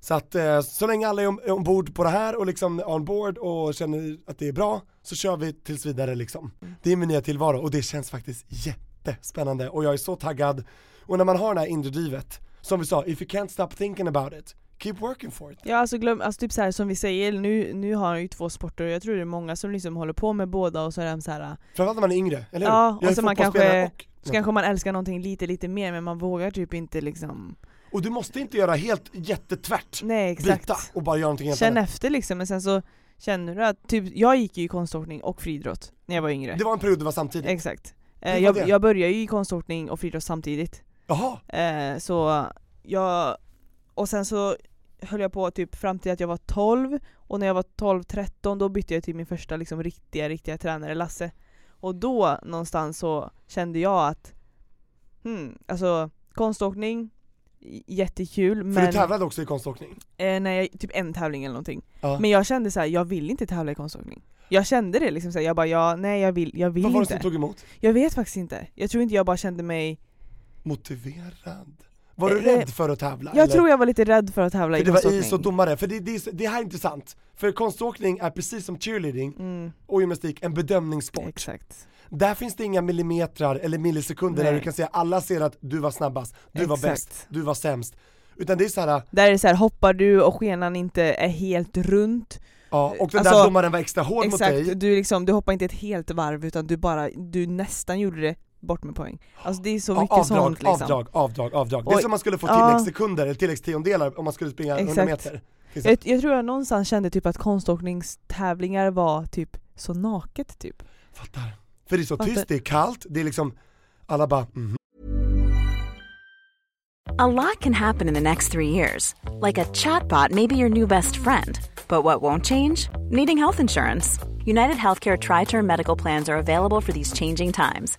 [SPEAKER 3] Så att eh, så länge alla är om- är ombord på det här och liksom on board och känner att det är bra så kör vi tills vidare liksom.
[SPEAKER 4] Mm.
[SPEAKER 3] Det är min nya tillvaro och det känns faktiskt jättespännande och jag är så taggad. Och när man har det här inre drivet, som vi sa, if you can't stop thinking about it, keep working for it.
[SPEAKER 4] Ja alltså glöm, alltså typ så här som vi säger, nu, nu har han ju två sporter och jag tror det är många som liksom håller på med båda och så är de så här
[SPEAKER 3] Framförallt när man är yngre, eller hur?
[SPEAKER 4] Ja,
[SPEAKER 3] jag är
[SPEAKER 4] och så man
[SPEAKER 3] fotbollsspelare
[SPEAKER 4] kanske- så
[SPEAKER 3] och,
[SPEAKER 4] kanske man älskar någonting lite lite mer men man vågar typ inte liksom
[SPEAKER 3] och du måste inte göra helt jättetvärt,
[SPEAKER 4] Nej
[SPEAKER 3] byta
[SPEAKER 4] exakt.
[SPEAKER 3] och bara göra någonting helt
[SPEAKER 4] Känn
[SPEAKER 3] annat.
[SPEAKER 4] efter liksom men sen så känner du att, typ jag gick ju i konståkning och friidrott när jag var yngre.
[SPEAKER 3] Det var en period du var samtidigt.
[SPEAKER 4] Exakt. Eh,
[SPEAKER 3] Hur var det?
[SPEAKER 4] jag, jag började ju i konståkning och friidrott samtidigt.
[SPEAKER 3] Jaha,
[SPEAKER 4] Eh, så jag, och sen så höll jag på typ fram till att jag var 12 och när jag var 12-13 då bytte jag till min första liksom riktiga, riktiga tränare Lasse. Och då någonstans så kände jag att, hmm, alltså konståkning, j- jättekul
[SPEAKER 3] för
[SPEAKER 4] men,
[SPEAKER 3] du tävlade också i konståkning.
[SPEAKER 4] eh, när jag, typ en tävling eller någonting.
[SPEAKER 3] Ja.
[SPEAKER 4] Men jag kände så här, jag vill inte tävla i konståkning. Jag kände det liksom, så här, jag bara ja, nej jag vill, jag vill
[SPEAKER 3] Vad var det
[SPEAKER 4] inte.
[SPEAKER 3] som tog emot?
[SPEAKER 4] Jag vet faktiskt inte. Jag tror inte jag bara kände mig...
[SPEAKER 3] Motiverad? Var du
[SPEAKER 4] Eh,
[SPEAKER 3] rädd för att tävla?
[SPEAKER 4] Jag
[SPEAKER 3] eller?
[SPEAKER 4] tror jag var lite rädd för att tävla
[SPEAKER 3] för
[SPEAKER 4] i
[SPEAKER 3] det var
[SPEAKER 4] konståkning.
[SPEAKER 3] is och domare, för det, det, är så- det här är intressant. För konståkning är precis som cheerleading
[SPEAKER 4] Mm,
[SPEAKER 3] och gymnastik en bedömningssport.
[SPEAKER 4] exakt.
[SPEAKER 3] Där finns det inga millimetrar eller millisekunder där
[SPEAKER 4] Nej.
[SPEAKER 3] du kan säga alla ser att du var snabbast, du var
[SPEAKER 4] Exakt.
[SPEAKER 3] bäst, du var sämst. Utan det är såhär,
[SPEAKER 4] Där är det så här, hoppar du och skenan inte är helt runt.
[SPEAKER 3] ja, och den där
[SPEAKER 4] Alltså,
[SPEAKER 3] domaren var extra hård mot dig.
[SPEAKER 4] Exakt, du, liksom, du hoppar inte ett helt varv utan du bara, du nästan gjorde det bort med poäng. Alltså det är så
[SPEAKER 3] Ja,
[SPEAKER 4] mycket
[SPEAKER 3] avdrag,
[SPEAKER 4] sånt liksom.
[SPEAKER 3] avdrag, avdrag, avdrag. Det är
[SPEAKER 4] Och-
[SPEAKER 3] som om man skulle få
[SPEAKER 4] ja.
[SPEAKER 3] tilläggssekunder eller tilläggstiondelar om man skulle springa 100
[SPEAKER 4] Exakt.
[SPEAKER 3] meter. till exempel.
[SPEAKER 4] Jag, jag tror jag någonstans kände typ att konståkningstävlingar var typ så naket typ.
[SPEAKER 3] Fattar. För det är så
[SPEAKER 4] Fattar.
[SPEAKER 3] tyst, det är kallt, det är liksom, alla bara mhm.
[SPEAKER 5] A lot can happen in the next three years. Like a chatbot may be your new best friend. But what won't change? Needing health insurance. United Healthcare Tri Term Medical Plans are available for these changing times.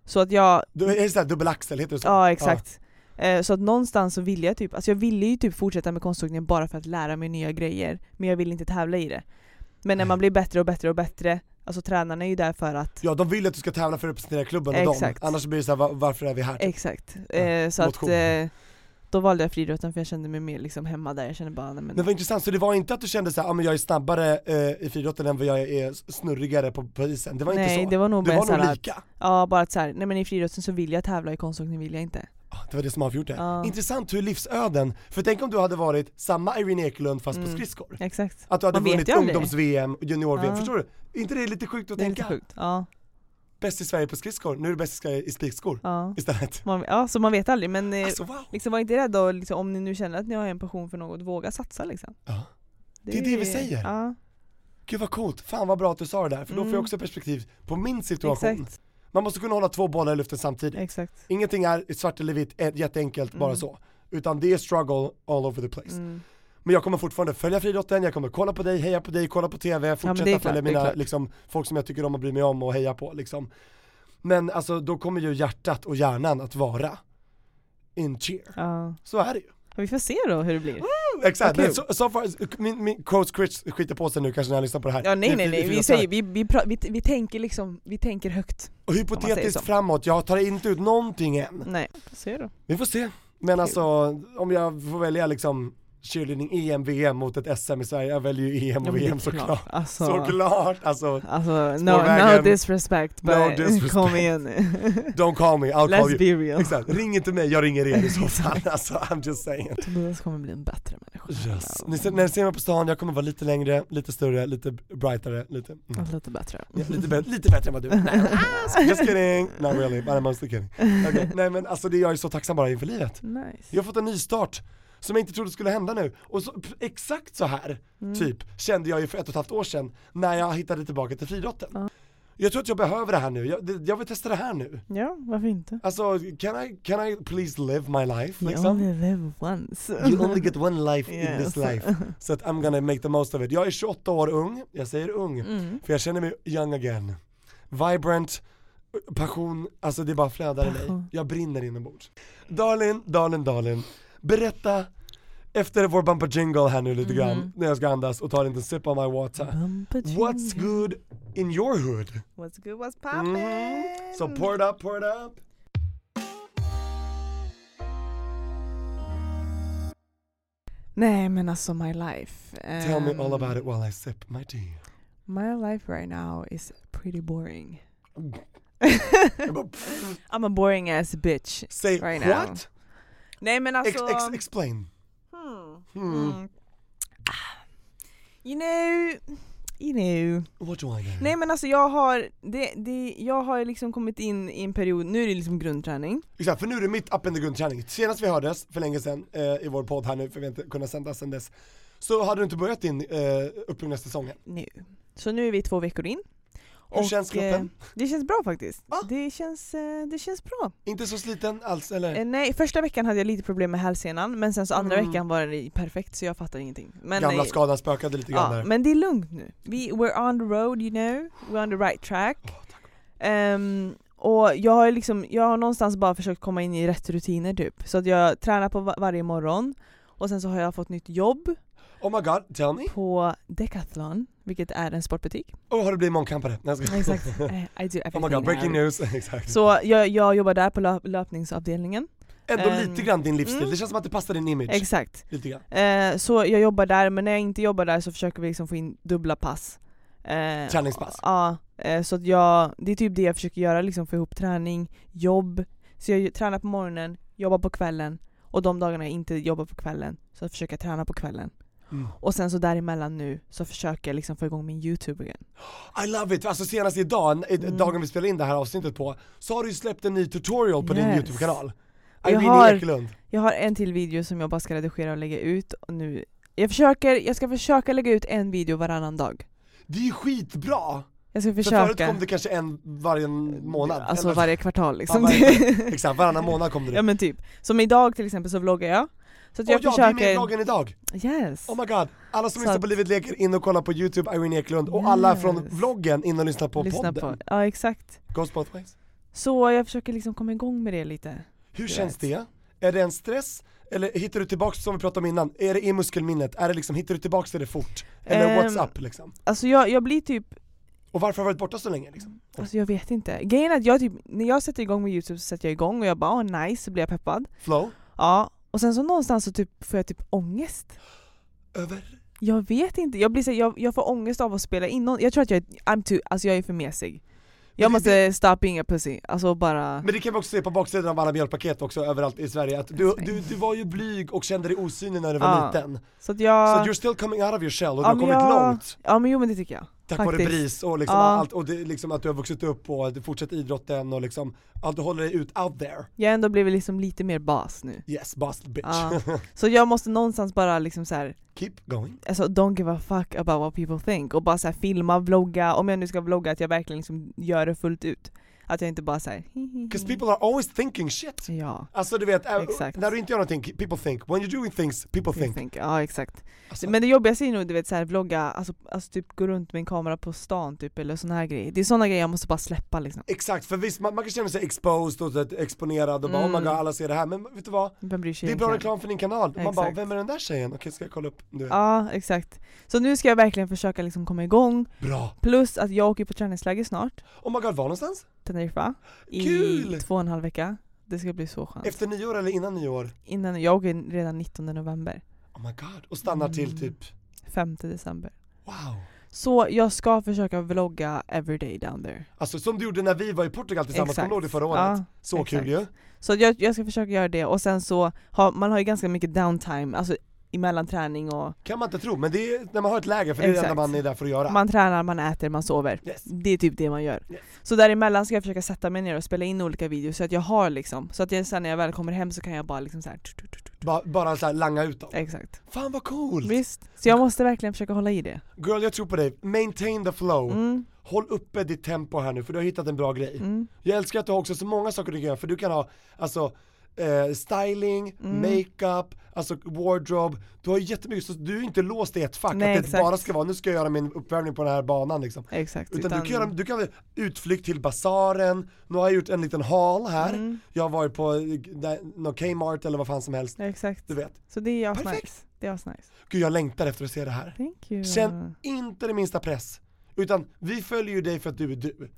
[SPEAKER 4] Så att jag,
[SPEAKER 3] Du, är det såhär dubbelaxel, heter det så?
[SPEAKER 4] ja exakt. Eh, Så att någonstans så ville jag typ, alltså jag ville ju typ fortsätta med konståkningen bara för att lära mig nya grejer, men jag ville inte tävla i det. Men när man blir bättre och bättre och bättre, alltså tränarna är ju där för att
[SPEAKER 3] Ja, de vill att du ska tävla för att representera klubben och
[SPEAKER 4] Exakt.
[SPEAKER 3] dem, annars blir det såhär, va- varför är vi här? typ?
[SPEAKER 4] Exakt. Eh, Så att
[SPEAKER 3] motion.
[SPEAKER 4] eh, då valde jag friidrotten för jag kände mig mer liksom hemma där, jag kände bara nej,
[SPEAKER 3] Men
[SPEAKER 4] men
[SPEAKER 3] vad intressant, så det var inte att du kände såhär, ah, men jag är snabbare eh, i friidrotten än vad jag är snurrigare på, på isen? Det var
[SPEAKER 4] Nej,
[SPEAKER 3] inte så?
[SPEAKER 4] det var nog
[SPEAKER 3] du
[SPEAKER 4] bara
[SPEAKER 3] var
[SPEAKER 4] så
[SPEAKER 3] nog
[SPEAKER 4] här
[SPEAKER 3] lika?
[SPEAKER 4] Ja bara att såhär, nej men i friidrotten så vill jag tävla, i konståkning vill jag inte.
[SPEAKER 3] Ah, Det var det som avgjorde.
[SPEAKER 4] Ja.
[SPEAKER 3] Intressant hur livsöden, för tänk om du hade varit samma Irene Ekelund fast på
[SPEAKER 4] Mm.
[SPEAKER 3] skridskor?
[SPEAKER 4] Exakt.
[SPEAKER 3] Att du hade
[SPEAKER 4] Man vet
[SPEAKER 3] vunnit
[SPEAKER 4] ju aldrig.
[SPEAKER 3] ungdoms-VM, och junior-VM,
[SPEAKER 4] Ja.
[SPEAKER 3] förstår du? Är inte det lite sjukt att
[SPEAKER 4] Det är lite
[SPEAKER 3] tänka?
[SPEAKER 4] sjukt. Ja,
[SPEAKER 3] Bäst i Sverige på skridskor, nu är du bäst i Sverige i spikskor
[SPEAKER 4] ja.
[SPEAKER 3] istället.
[SPEAKER 4] Man, ja, så man vet aldrig men eh,
[SPEAKER 3] Alltså wow!
[SPEAKER 4] liksom var inte rädda och liksom, om ni nu känner att ni har en passion för något, våga satsa liksom.
[SPEAKER 3] Ja. Det är det vi säger.
[SPEAKER 4] Ja,
[SPEAKER 3] Gud vad coolt, fan vad bra att du sa det där, för då får jag
[SPEAKER 4] Mm.
[SPEAKER 3] också perspektiv på min situation.
[SPEAKER 4] exakt.
[SPEAKER 3] Man måste kunna hålla två bollar i luften samtidigt.
[SPEAKER 4] Exakt.
[SPEAKER 3] Ingenting är svart eller vitt, ett- jätteenkelt, bara
[SPEAKER 4] Mm.
[SPEAKER 3] så. Utan det är struggle all over the place.
[SPEAKER 4] Mm.
[SPEAKER 3] Men jag kommer fortfarande följa friidrotten, jag kommer kolla på dig, heja på dig, kolla på TV, fortsätta
[SPEAKER 4] det är klart,
[SPEAKER 3] följa
[SPEAKER 4] det är
[SPEAKER 3] mina,
[SPEAKER 4] klart.
[SPEAKER 3] liksom, folk som jag tycker om och bryr mig om och heja på liksom. Men alltså då kommer ju hjärtat och hjärnan att vara in cheer.
[SPEAKER 4] Ja.
[SPEAKER 3] Så är det ju.
[SPEAKER 4] Men Vi får se då hur det blir.
[SPEAKER 3] Exakt,
[SPEAKER 4] Vad kul.
[SPEAKER 3] men so, so far, min, min coach Chris skiter på sig nu kanske när han lyssnar på det här.
[SPEAKER 4] Ja,
[SPEAKER 3] Det
[SPEAKER 4] nej
[SPEAKER 3] är
[SPEAKER 4] nej
[SPEAKER 3] fri- det är
[SPEAKER 4] nej, vi,
[SPEAKER 3] friidrott
[SPEAKER 4] säger,
[SPEAKER 3] här.
[SPEAKER 4] vi, vi, pra- vi, vi tänker liksom, vi tänker högt.
[SPEAKER 3] Och
[SPEAKER 4] om man säger så.
[SPEAKER 3] hypotetiskt framåt, jag tar inte ut någonting än.
[SPEAKER 4] Nej, får se då.
[SPEAKER 3] Vi får se. Men alltså om jag får välja liksom cheerleading EM, VM mot ett SM i Sverige, jag väljer ju EM
[SPEAKER 4] Ja,
[SPEAKER 3] och
[SPEAKER 4] men det är
[SPEAKER 3] VM såklart.
[SPEAKER 4] Alltså,
[SPEAKER 3] Såklart! Alltså
[SPEAKER 4] Alltså, no, no
[SPEAKER 3] Spårvägen.
[SPEAKER 4] disrespect, but
[SPEAKER 3] No disrespect.
[SPEAKER 4] kom igen nu.
[SPEAKER 3] Don't call me, I'll call
[SPEAKER 4] Let's
[SPEAKER 3] you.
[SPEAKER 4] be real.
[SPEAKER 3] Exakt, ring inte mig, jag ringer er i så fall. Alltså I'm just saying.
[SPEAKER 4] Tobias kommer bli en bättre människa.
[SPEAKER 3] Yes. Ni ser, när ni ser mig på stan, jag kommer vara lite längre, lite större, lite brightare, lite, mm.
[SPEAKER 4] Lite bättre.
[SPEAKER 3] ja, lite, bä- lite bättre än vad du är. Nej,
[SPEAKER 4] [laughs]
[SPEAKER 3] ah, Just kidding! Not really, but I'm mostly kidding. Okej, Nej men alltså det, jag är så tacksam bara inför livet.
[SPEAKER 4] Nice.
[SPEAKER 3] Jag har fått en ny start som jag inte trodde skulle hända nu. Och så, p- exakt så här typ kände jag ju för ett och ett halvt år sedan när jag hittade tillbaka till friidrotten. Jag tror att jag behöver det här nu, jag, det, jag vill testa det här nu.
[SPEAKER 4] Ja, varför inte?
[SPEAKER 3] Alltså, can I, can I please live my life
[SPEAKER 4] You
[SPEAKER 3] liksom?
[SPEAKER 4] only live once.
[SPEAKER 3] You only get one life in
[SPEAKER 4] Yes.
[SPEAKER 3] this
[SPEAKER 4] [laughs]
[SPEAKER 3] life. Så att I'm gonna make the most of it. Jag är 28 år ung, jag säger ung,
[SPEAKER 4] Mm.
[SPEAKER 3] för jag känner mig young again. Vibrant, passion, alltså det bara flödar i mig.
[SPEAKER 4] Passion.
[SPEAKER 3] Jag brinner inombords. Darling, darling, darling. Berätta efter vår bumper jingle här nu lite grann, när jag ska andas och ta en liten sip av my water.
[SPEAKER 4] Mm. Bumper
[SPEAKER 3] What's
[SPEAKER 4] jingle.
[SPEAKER 3] good in your hood?
[SPEAKER 4] What's good, what's
[SPEAKER 3] Mhm.
[SPEAKER 4] poppin'?
[SPEAKER 3] So pour it up, pour it up.
[SPEAKER 4] Nej men alltså my life.
[SPEAKER 3] Tell me
[SPEAKER 4] Ehm,
[SPEAKER 3] all about it while I sip my tea.
[SPEAKER 4] My life right now is pretty boring.
[SPEAKER 3] [laughs] Jag bara, pff,
[SPEAKER 4] [laughs] I'm a boring ass bitch.
[SPEAKER 3] Say
[SPEAKER 4] Right now.
[SPEAKER 3] what?
[SPEAKER 4] Nej men
[SPEAKER 3] Ex-
[SPEAKER 4] alltså.
[SPEAKER 3] ex- explain.
[SPEAKER 4] hmm,
[SPEAKER 3] Hmm.
[SPEAKER 4] mm. Ah. You know, you know.
[SPEAKER 3] What do I know?
[SPEAKER 4] Nej men alltså jag har, det, det, jag har liksom kommit in i en period, nu är det liksom grundträning.
[SPEAKER 3] Exakt, för nu är det mitt up in the grundträning. Senast vi hördes, för länge sedan, eh, i vår podd här nu, för vi har inte kunnat sända sedan dess, så hade du inte börjat din eh, uppbyggnadssäsongen.
[SPEAKER 4] nu. Så nu är vi två veckor in.
[SPEAKER 3] Hur känns kroppen? Ah.
[SPEAKER 4] Eh, det känns bra faktiskt.
[SPEAKER 3] Va?
[SPEAKER 4] Det känns, eh, det känns bra.
[SPEAKER 3] Inte så sliten alls eller?
[SPEAKER 4] Eh, nej, första veckan hade jag lite problem med hälsenan men sen så andra
[SPEAKER 3] Mm.
[SPEAKER 4] veckan var det perfekt så jag fattar ingenting. Men,
[SPEAKER 3] Gamla
[SPEAKER 4] eh,
[SPEAKER 3] skadan spökade lite grann
[SPEAKER 4] ja,
[SPEAKER 3] där.
[SPEAKER 4] men det är lugnt nu. Vi, we're on the road you know, we're on the right track.
[SPEAKER 3] Åh, tack.
[SPEAKER 4] Ehm, och jag har, liksom, jag har någonstans bara försökt komma in i rätt rutiner typ. Så att jag tränar på va- varje morgon och sen så har jag fått nytt jobb
[SPEAKER 3] Oh my god, tell me.
[SPEAKER 4] på Decathlon, vilket är en sportbutik.
[SPEAKER 3] Oh, har du blivit mångkampare? Nej, jag ska-
[SPEAKER 4] Exakt. Eh, I do
[SPEAKER 3] [laughs] Oh my
[SPEAKER 4] everything
[SPEAKER 3] god, breaking
[SPEAKER 4] now.
[SPEAKER 3] news. [laughs] Exakt.
[SPEAKER 4] Så jag, jag jobbar där på löp, löpningsavdelningen.
[SPEAKER 3] Ändå
[SPEAKER 4] ehm,
[SPEAKER 3] lite grann din livsstil,
[SPEAKER 4] mm.
[SPEAKER 3] det känns som att det passar din image.
[SPEAKER 4] Exakt.
[SPEAKER 3] lite grann.
[SPEAKER 4] Eh, så jag jobbar där, men när jag inte jobbar där så försöker vi liksom få in dubbla pass. Eh,
[SPEAKER 3] Träningspass.
[SPEAKER 4] Ja, eh, så att jag, det är typ det jag försöker göra liksom, få ihop träning, jobb. Så jag tränar på morgonen, jobbar på kvällen och de dagarna jag inte jobbar på kvällen så försöker jag träna på kvällen.
[SPEAKER 3] Mm.
[SPEAKER 4] Och sen så däremellan nu så försöker jag liksom få igång min YouTube igen.
[SPEAKER 3] I love it! Alltså senast idag, eh,
[SPEAKER 4] Mm.
[SPEAKER 3] dagen vi spelade in det här avsnittet på, så har du ju släppt en ny tutorial på din
[SPEAKER 4] Yes.
[SPEAKER 3] YouTube-kanal.
[SPEAKER 4] Jag
[SPEAKER 3] Irene
[SPEAKER 4] har-
[SPEAKER 3] Ekelund.
[SPEAKER 4] Jag har en till video som jag bara ska redigera och lägga ut och nu jag, försöker, jag ska försöka lägga ut en video varannan dag.
[SPEAKER 3] Det är ju skitbra!
[SPEAKER 4] Jag ska
[SPEAKER 3] För förut
[SPEAKER 4] försöka.
[SPEAKER 3] kom det kanske en varje månad.
[SPEAKER 4] alltså
[SPEAKER 3] Eller-
[SPEAKER 4] varje kvartal liksom.
[SPEAKER 3] Ja, varje- [laughs] Exakt, varannan månad kom
[SPEAKER 4] [laughs]
[SPEAKER 3] det
[SPEAKER 4] ja men typ. Som idag till exempel så vloggar jag. Så att
[SPEAKER 3] Åh
[SPEAKER 4] jag
[SPEAKER 3] ja, det är med i
[SPEAKER 4] försöker...
[SPEAKER 3] vloggen idag!
[SPEAKER 4] yes!
[SPEAKER 3] Oh my god! Alla som
[SPEAKER 4] Så
[SPEAKER 3] lyssnar
[SPEAKER 4] att-
[SPEAKER 3] på Livet Leker, in och kolla på YouTube, Irene Ekelund, och alla från
[SPEAKER 4] Yes.
[SPEAKER 3] vloggen, in och lyssna på
[SPEAKER 4] Lyssna
[SPEAKER 3] podden.
[SPEAKER 4] på. Ja exakt.
[SPEAKER 3] Goes both ways.
[SPEAKER 4] Så jag försöker liksom komma igång med det lite.
[SPEAKER 3] Hur
[SPEAKER 4] Right.
[SPEAKER 3] känns det? Är det en stress? Eller hittar du tillbaks som vi pratade om innan? Är det i muskelminnet? Är det liksom, hittar du tillbaks till det fort? Eller
[SPEAKER 4] Ehm.
[SPEAKER 3] what's up liksom?
[SPEAKER 4] Alltså jag, jag blir typ
[SPEAKER 3] Och varför har du varit borta så länge liksom?
[SPEAKER 4] Alltså jag vet inte. Grejen är att jag typ, när jag sätter igång med youtube så sätter jag igång och jag bara oh, nice, så blir jag peppad.
[SPEAKER 3] Flow?
[SPEAKER 4] Ja. Och sen så någonstans så typ får jag typ ångest.
[SPEAKER 3] Över?
[SPEAKER 4] Jag vet inte, jag, blir så, jag, jag får ångest av att spela in någon. Jag tror att jag är, I'm too, alltså jag är för mesig. Jag
[SPEAKER 3] det-
[SPEAKER 4] måste stop being a pussy, alltså bara...
[SPEAKER 3] Men det kan vi också se på baksidan av alla mjölkpaket också överallt i Sverige, att du, du, du var ju blyg och kände dig osynlig när du var
[SPEAKER 4] Ja.
[SPEAKER 3] liten.
[SPEAKER 4] Så att
[SPEAKER 3] Så
[SPEAKER 4] jag...
[SPEAKER 3] you're still coming out of your shell och du
[SPEAKER 4] Ah. ja,
[SPEAKER 3] har
[SPEAKER 4] men
[SPEAKER 3] kommit
[SPEAKER 4] jag-
[SPEAKER 3] långt.
[SPEAKER 4] Ja men jo men det tycker jag.
[SPEAKER 3] Tack
[SPEAKER 4] faktiskt. Ah.
[SPEAKER 3] vare BRIS och liksom
[SPEAKER 4] Ja.
[SPEAKER 3] allt, och det, liksom att du har vuxit upp och att du fortsatt idrotten och liksom, att du håller dig ut out there.
[SPEAKER 4] Jag har ändå blivit liksom lite mer bas nu.
[SPEAKER 3] Yes, boss bitch.
[SPEAKER 4] Ja. Så jag måste någonstans bara liksom så här,
[SPEAKER 3] [laughs] Keep going.
[SPEAKER 4] alltså don't give a fuck about what people think och bara så här filma, vlogga, om jag nu ska vlogga att jag verkligen liksom gör det fullt ut. Att jag inte bara [laughs] säger
[SPEAKER 3] Cause people are always thinking shit.
[SPEAKER 4] Ja,
[SPEAKER 3] Alltså du vet, äh,
[SPEAKER 4] Exakt.
[SPEAKER 3] när du inte gör någonting, people think. When you're doing things, people
[SPEAKER 4] think.
[SPEAKER 3] think.
[SPEAKER 4] Think. ja exakt.
[SPEAKER 3] Alltså,
[SPEAKER 4] Men det jobbigaste är nog du vet så här vlogga, alltså, alltså typ gå runt med en kamera på stan typ eller såna här grejer. Det är såna grejer jag måste bara släppa liksom.
[SPEAKER 3] Exakt, för visst man, man kan känna sig exposed och så att exponerad och bara
[SPEAKER 4] Mm.
[SPEAKER 3] oh my god alla ser det här, men vet du vad?
[SPEAKER 4] Vem bryr sig
[SPEAKER 3] Det är bra
[SPEAKER 4] egentligen?
[SPEAKER 3] reklam för din kanal. Man bara,
[SPEAKER 4] Exakt.
[SPEAKER 3] vem är den där tjejen? Okej ska jag kolla upp? Du vet.
[SPEAKER 4] Ja exakt. Så nu ska jag verkligen försöka liksom komma igång,
[SPEAKER 3] Bra!
[SPEAKER 4] plus att jag åker på träningsläger snart,
[SPEAKER 3] Oh my god, var någonstans?
[SPEAKER 4] Teneriffa, i
[SPEAKER 3] Kul!
[SPEAKER 4] två och en halv vecka. Det ska bli så skönt.
[SPEAKER 3] Efter nyår eller innan nyår?
[SPEAKER 4] Innan, jag åker redan 19 november.
[SPEAKER 3] Oh my god, och stannar
[SPEAKER 4] Mm.
[SPEAKER 3] till typ,
[SPEAKER 4] 5 december.
[SPEAKER 3] wow!
[SPEAKER 4] Så jag ska försöka vlogga every day down there.
[SPEAKER 3] Alltså som du gjorde när vi var i Portugal tillsammans,
[SPEAKER 4] Exakt.
[SPEAKER 3] kommer du ihåg det förra året?
[SPEAKER 4] Ja,
[SPEAKER 3] så
[SPEAKER 4] exakt.
[SPEAKER 3] kul ju!
[SPEAKER 4] Så jag, jag ska försöka göra det och sen så har man har ju ganska mycket downtime, alltså emellan träning och
[SPEAKER 3] Kan man inte tro, men det är när man har ett läger, för det är det
[SPEAKER 4] Exakt.
[SPEAKER 3] enda man är där för att göra.
[SPEAKER 4] man tränar, man äter, man sover.
[SPEAKER 3] Yes.
[SPEAKER 4] Det är typ det man gör.
[SPEAKER 3] Yes.
[SPEAKER 4] Så däremellan ska jag försöka sätta mig ner och spela in olika videos så att jag har liksom, så att jag, sen när jag väl kommer hem så kan jag bara liksom så här. tut, tut, tut, tut.
[SPEAKER 3] Ba- bara så här, langa ut dem.
[SPEAKER 4] Exakt.
[SPEAKER 3] Fan vad coolt!
[SPEAKER 4] Visst. Så jag måste verkligen försöka hålla i det.
[SPEAKER 3] Girl jag tror på dig, maintain the flow.
[SPEAKER 4] Mm,
[SPEAKER 3] Håll uppe ditt tempo här nu för du har hittat en bra grej.
[SPEAKER 4] mm,
[SPEAKER 3] Jag älskar att du har också så många saker du kan göra för du kan ha, alltså eh, styling,
[SPEAKER 4] Mm.
[SPEAKER 3] makeup, alltså wardrobe, du har ju jättemycket så du är inte låst i ett fack,
[SPEAKER 4] Nej,
[SPEAKER 3] att det
[SPEAKER 4] exakt.
[SPEAKER 3] bara ska vara nu ska jag göra min uppvärmning på den här banan liksom.
[SPEAKER 4] exakt. Mm.
[SPEAKER 3] Utan, du kan göra, du kan ha utflykt till basaren, nu har jag gjort en liten hall här,
[SPEAKER 4] Mm.
[SPEAKER 3] jag har varit på eh, där, någon Kmart eller vad fan som helst,
[SPEAKER 4] Exakt.
[SPEAKER 3] du vet.
[SPEAKER 4] Så det är
[SPEAKER 3] Perfekt.
[SPEAKER 4] asnice. Det är asnice.
[SPEAKER 3] Gud jag längtar efter att se det här.
[SPEAKER 4] Thank you.
[SPEAKER 3] Känn inte den minsta press. Utan vi följer ju dig för att du är du.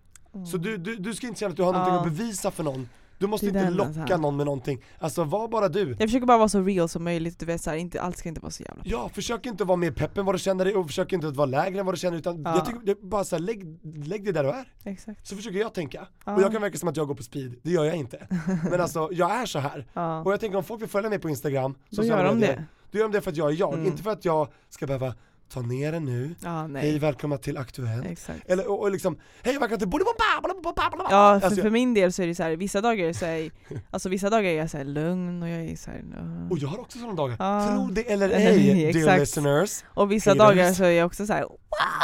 [SPEAKER 3] Så du, du, du ska inte känna att du har någonting
[SPEAKER 4] Mm. Ja.
[SPEAKER 3] att bevisa för någon. Du måste
[SPEAKER 4] Det är
[SPEAKER 3] inte
[SPEAKER 4] den,
[SPEAKER 3] locka
[SPEAKER 4] alltså.
[SPEAKER 3] någon med någonting. Alltså var bara du.
[SPEAKER 4] Jag försöker bara vara så real som möjligt, du vet såhär, inte, allt ska inte vara så jävla
[SPEAKER 3] Ja, försök inte vara mer pepp än vad du känner dig och försök inte att vara lägre än vad du känner utan
[SPEAKER 4] Ja.
[SPEAKER 3] jag tycker, det är bara så här, lägg, lägg dig där du är.
[SPEAKER 4] Exakt.
[SPEAKER 3] Så försöker jag tänka.
[SPEAKER 4] Ja.
[SPEAKER 3] Och jag kan verka som att jag går på speed, det gör jag inte. Men alltså, jag är så här.
[SPEAKER 4] Ja.
[SPEAKER 3] Och jag tänker om folk vill följa mig på Instagram,
[SPEAKER 4] Då gör de det.
[SPEAKER 3] Då gör de det för att jag är jag,
[SPEAKER 4] Mm.
[SPEAKER 3] inte för att jag ska behöva ta ner den nu.
[SPEAKER 4] Ja,
[SPEAKER 3] Hej
[SPEAKER 4] nej.
[SPEAKER 3] välkomna till Aktuellt.
[SPEAKER 4] Exakt.
[SPEAKER 3] Eller och, och liksom, hej välkommen till Bolibompa, Bolibompa, Bolibompa.
[SPEAKER 4] Ja, för,
[SPEAKER 3] alltså,
[SPEAKER 4] för
[SPEAKER 3] jag,
[SPEAKER 4] min del så är det så här, vissa dagar är så här, alltså vissa dagar är jag så här lugn och jag är så här, uh.
[SPEAKER 3] och jag har också sådana dagar.
[SPEAKER 4] Ja.
[SPEAKER 3] Tro
[SPEAKER 4] [laughs]
[SPEAKER 3] det eller
[SPEAKER 4] Eller ej,
[SPEAKER 3] ej, dear
[SPEAKER 4] exakt.
[SPEAKER 3] listeners.
[SPEAKER 4] och vissa
[SPEAKER 3] Haters.
[SPEAKER 4] dagar så är jag också så här,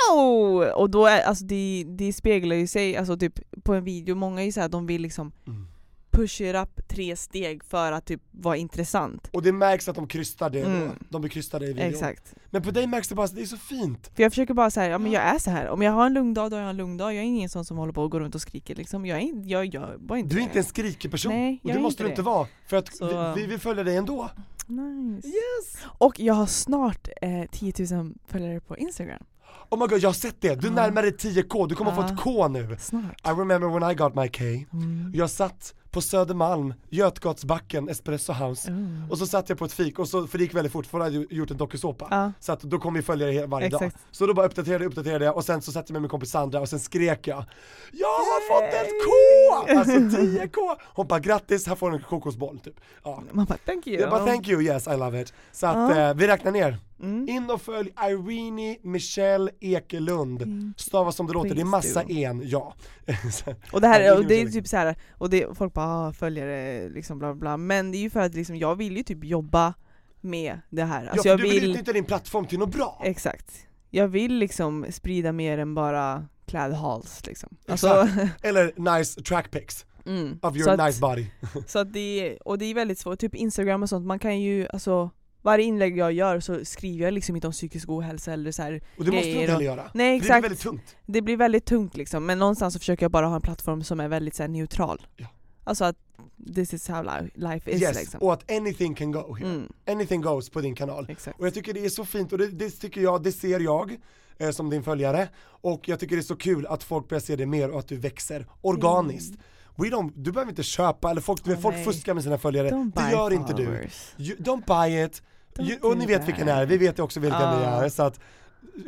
[SPEAKER 4] wow! Och då är, alltså det de speglar ju sig, alltså typ på en video, många är ju så här, de vill liksom
[SPEAKER 3] Mm.
[SPEAKER 4] push it up tre steg för att typ vara intressant.
[SPEAKER 3] Och det märks att de krystar det då,
[SPEAKER 4] Mm.
[SPEAKER 3] de blir krystade i videon.
[SPEAKER 4] Exakt.
[SPEAKER 3] Men på dig märks det bara, att det är så fint.
[SPEAKER 4] För jag försöker bara säga, ja men jag är så här. om jag har en lugn dag då har jag en lugn dag. Jag är ingen sån som håller på och går runt och skriker liksom. Jag är, in- jag, jag var inte
[SPEAKER 3] Du är
[SPEAKER 4] det.
[SPEAKER 3] inte en skrikig person.
[SPEAKER 4] Nej,
[SPEAKER 3] och
[SPEAKER 4] jag
[SPEAKER 3] det
[SPEAKER 4] är
[SPEAKER 3] måste
[SPEAKER 4] inte
[SPEAKER 3] du
[SPEAKER 4] det.
[SPEAKER 3] inte vara, för att
[SPEAKER 4] Så-
[SPEAKER 3] vi, vi vill följa dig ändå.
[SPEAKER 4] Nice.
[SPEAKER 3] Yes!
[SPEAKER 4] Och jag har snart eh, 10 000 följare på Instagram.
[SPEAKER 3] Oh my god, jag har sett det! Du
[SPEAKER 4] Ja.
[SPEAKER 3] närmar dig 10k, du kommer få ett
[SPEAKER 4] Ja.
[SPEAKER 3] k nu.
[SPEAKER 4] Snart.
[SPEAKER 3] I remember when I got my K.
[SPEAKER 4] Mm.
[SPEAKER 3] Jag satt på Södermalm, Götgatsbacken, Espresso House.
[SPEAKER 4] Mm.
[SPEAKER 3] Och så satt jag på ett fik, och så, för det gick väldigt fort, för då hade jag gjort en dokusåpa.
[SPEAKER 4] Ja.
[SPEAKER 3] Så att då kommer vi följa det he- varje dag.
[SPEAKER 4] Exakt.
[SPEAKER 3] Så då bara uppdaterade jag, uppdaterade jag och sen så satte jag med min kompis Sandra och sen skrek jag Jag har
[SPEAKER 4] Yay!
[SPEAKER 3] fått ett K! Alltså 10K! Hon bara grattis, här får du en kokosboll typ. Ja.
[SPEAKER 4] Man bara thank you.
[SPEAKER 3] Jag bara thank you, yes I love it. Så att
[SPEAKER 4] Ja. Mm.
[SPEAKER 3] eh, vi räknar ner. In och följ Irene Michelle Ekelund. Stavas som det låter, det är
[SPEAKER 4] Mm. Please
[SPEAKER 3] massa
[SPEAKER 4] do.
[SPEAKER 3] en, ja. [laughs]
[SPEAKER 4] Och det här och
[SPEAKER 3] Irene
[SPEAKER 4] det är
[SPEAKER 3] Michelle.
[SPEAKER 4] typ så här och det, folk bara ah, följare liksom bla bla, bla men det är ju för att liksom, jag vill ju typ jobba med det här. Alltså
[SPEAKER 3] ja,
[SPEAKER 4] jag
[SPEAKER 3] för du vill typ
[SPEAKER 4] vill,
[SPEAKER 3] utnyttja din plattform till något bra.
[SPEAKER 4] exakt. Jag vill liksom sprida mer än bara klädhals liksom. Alltså,
[SPEAKER 3] Eller nice track pics
[SPEAKER 4] [laughs] mm.
[SPEAKER 3] of
[SPEAKER 4] så
[SPEAKER 3] your
[SPEAKER 4] att,
[SPEAKER 3] nice body.
[SPEAKER 4] Så att det, och det är väldigt svårt, typ instagram och sånt, man kan ju alltså varje inlägg jag gör så skriver jag liksom inte om psykisk ohälsa eller så här.
[SPEAKER 3] Och det måste du
[SPEAKER 4] grejer
[SPEAKER 3] inte
[SPEAKER 4] och-
[SPEAKER 3] heller göra.
[SPEAKER 4] Nej
[SPEAKER 3] Det är
[SPEAKER 4] exakt,
[SPEAKER 3] väldigt tungt.
[SPEAKER 4] det blir väldigt tungt liksom men någonstans så försöker jag bara ha en plattform som är väldigt så här, neutral.
[SPEAKER 3] Ja.
[SPEAKER 4] Alltså att this is how li- life is
[SPEAKER 3] Yes,
[SPEAKER 4] liksom.
[SPEAKER 3] och att anything can go here.
[SPEAKER 4] Mm,
[SPEAKER 3] Anything goes på din kanal.
[SPEAKER 4] exakt.
[SPEAKER 3] Och jag tycker det är så fint och det, det tycker jag, det ser jag eh, som din följare och jag tycker det är så kul att folk börjar se det mer och att du växer organiskt. We don't, du behöver inte köpa, eller folk, du vet, folk
[SPEAKER 4] Mm. nej.
[SPEAKER 3] fuskar med sina följare,
[SPEAKER 4] Don't
[SPEAKER 3] det
[SPEAKER 4] buy
[SPEAKER 3] gör inte du.
[SPEAKER 4] followers.
[SPEAKER 3] You, don't buy it, you, och
[SPEAKER 4] do
[SPEAKER 3] ni vet
[SPEAKER 4] that.
[SPEAKER 3] vilken är, vi vet ju också vilken ni
[SPEAKER 4] Ah.
[SPEAKER 3] är så att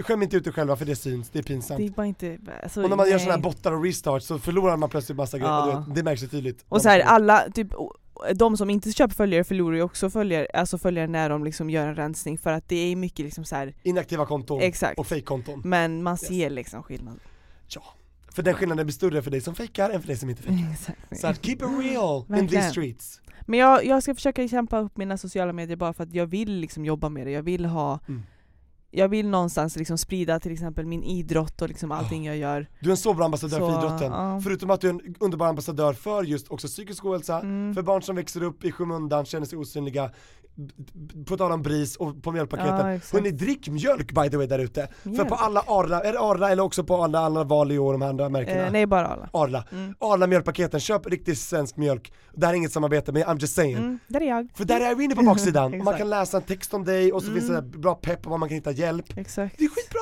[SPEAKER 3] skäm inte ut er själva för det syns, det är pinsamt.
[SPEAKER 4] Det är bara inte, alltså,
[SPEAKER 3] och när man gör
[SPEAKER 4] nej.
[SPEAKER 3] sådana här bottar och restart så förlorar man plötsligt massa grejer,
[SPEAKER 4] Ah.
[SPEAKER 3] och du vet, det märks ju tydligt.
[SPEAKER 4] Och så här, alla, typ o- de som inte köper följare förlorar ju också följare, alltså följare när de liksom gör en rensning för att det är mycket liksom så här.
[SPEAKER 3] Inaktiva konton
[SPEAKER 4] Exakt.
[SPEAKER 3] och fejkkonton.
[SPEAKER 4] men man ser liksom
[SPEAKER 3] [laughs]
[SPEAKER 4] skillnad.
[SPEAKER 3] Ja. För den skillnaden blir större för dig som fejkar än för dig som inte
[SPEAKER 4] [laughs]
[SPEAKER 3] fejkar.
[SPEAKER 4] Exakt.
[SPEAKER 3] Så att keep it real in
[SPEAKER 4] Verkligen.
[SPEAKER 3] these streets.
[SPEAKER 4] Men jag, jag ska försöka kämpa upp mina sociala medier bara för att jag vill liksom jobba med det, jag vill ha
[SPEAKER 3] Mm.
[SPEAKER 4] Jag vill någonstans liksom sprida till exempel min idrott och
[SPEAKER 3] Ah,
[SPEAKER 4] liksom allting jag gör.
[SPEAKER 3] Du är en så bra ambassadör
[SPEAKER 4] Så,
[SPEAKER 3] för idrotten.
[SPEAKER 4] ja.
[SPEAKER 3] Förutom att du är en underbar ambassadör för just också psykisk ohälsa,
[SPEAKER 4] Mm.
[SPEAKER 3] för barn som växer upp i skymundan, känner sig osynliga, b- b- på tal om BRIS och på
[SPEAKER 4] Ja,
[SPEAKER 3] mjölkpaketen.
[SPEAKER 4] exakt.
[SPEAKER 3] Hörni, drick mjölk by the way där ute. För
[SPEAKER 4] Mjölk?
[SPEAKER 3] på alla Arla, är det Arla eller också på alla, alla val i år, de här andra märkena?
[SPEAKER 4] Eh, nej, Mm. bara alla.
[SPEAKER 3] Arla. Arla mjölkpaketen, köp riktig svensk mjölk. Det här är inget samarbete men I'm just saying.
[SPEAKER 4] Mm, där är jag.
[SPEAKER 3] För där är Irene på baksidan, och man
[SPEAKER 4] Exakt. Mm.
[SPEAKER 3] kan läsa en text om dig och så finns det där bra pepp och var man kan hitta hjälp.
[SPEAKER 4] Exakt.
[SPEAKER 3] Det är skitbra!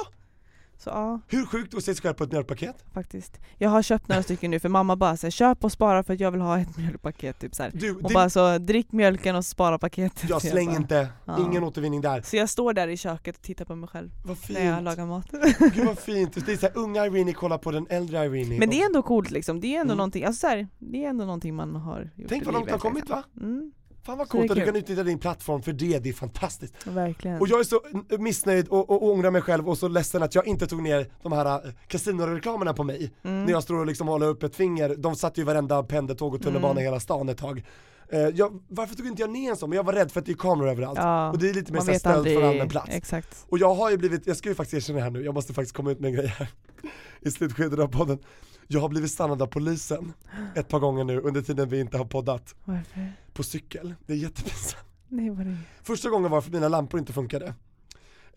[SPEAKER 4] Så ja,
[SPEAKER 3] Hur sjukt att se sig själv på ett mjölkpaket?
[SPEAKER 4] faktiskt. Jag har köpt några stycken nu för mamma bara säger köp och spara för att jag vill ha ett mjölkpaket typ så här.
[SPEAKER 3] Du,
[SPEAKER 4] Hon
[SPEAKER 3] det-
[SPEAKER 4] bara så drick mjölken och spara paketet.
[SPEAKER 3] Jag
[SPEAKER 4] Så
[SPEAKER 3] släng
[SPEAKER 4] bara-
[SPEAKER 3] inte,
[SPEAKER 4] Ja.
[SPEAKER 3] ingen återvinning där.
[SPEAKER 4] Så jag står där i köket och tittar på mig själv
[SPEAKER 3] Vad fint,
[SPEAKER 4] när jag lagar mat.
[SPEAKER 3] gud vad fint. Det är såhär, unga Irene kollar på den äldre Irene.
[SPEAKER 4] Men det är ändå coolt liksom, det är ändå
[SPEAKER 3] Mm.
[SPEAKER 4] någonting, alltså så här, det är ändå någonting man har gjort
[SPEAKER 3] Tänk
[SPEAKER 4] i
[SPEAKER 3] vad långt du har
[SPEAKER 4] livet,
[SPEAKER 3] kommit
[SPEAKER 4] liksom.
[SPEAKER 3] va?
[SPEAKER 4] Mm,
[SPEAKER 3] Fan vad
[SPEAKER 4] Så det är
[SPEAKER 3] coolt att du
[SPEAKER 4] kul.
[SPEAKER 3] kan utnyttja din plattform för det, det är fantastiskt.
[SPEAKER 4] verkligen.
[SPEAKER 3] Och jag är så n- missnöjd och, och, och ångrar mig själv och så ledsen att jag inte tog ner de här eh, kasinoreklamerna på mig.
[SPEAKER 4] Mm.
[SPEAKER 3] När jag står och liksom håller upp ett finger, de satt ju i varenda pendeltåg och tunnelbana
[SPEAKER 4] Mm.
[SPEAKER 3] i hela stan ett tag. Eh, jag, varför tog inte jag ner en sån? Men jag var rädd för att det är kameror överallt.
[SPEAKER 4] Ja,
[SPEAKER 3] och det är lite mer
[SPEAKER 4] man
[SPEAKER 3] så här
[SPEAKER 4] vet
[SPEAKER 3] ställd
[SPEAKER 4] aldrig-
[SPEAKER 3] för allmän plats.
[SPEAKER 4] Exakt.
[SPEAKER 3] Och jag har ju blivit, jag ska ju faktiskt erkänna det här nu, jag måste faktiskt komma ut med en grej här [laughs] i slutskedet av podden. Jag har blivit stannad av polisen ett par gånger nu under tiden vi inte har poddat
[SPEAKER 4] Varför?
[SPEAKER 3] på cykel. Det är jättepinsamt.
[SPEAKER 4] Nej vad det
[SPEAKER 3] Första gången var det för att mina lampor inte funkade.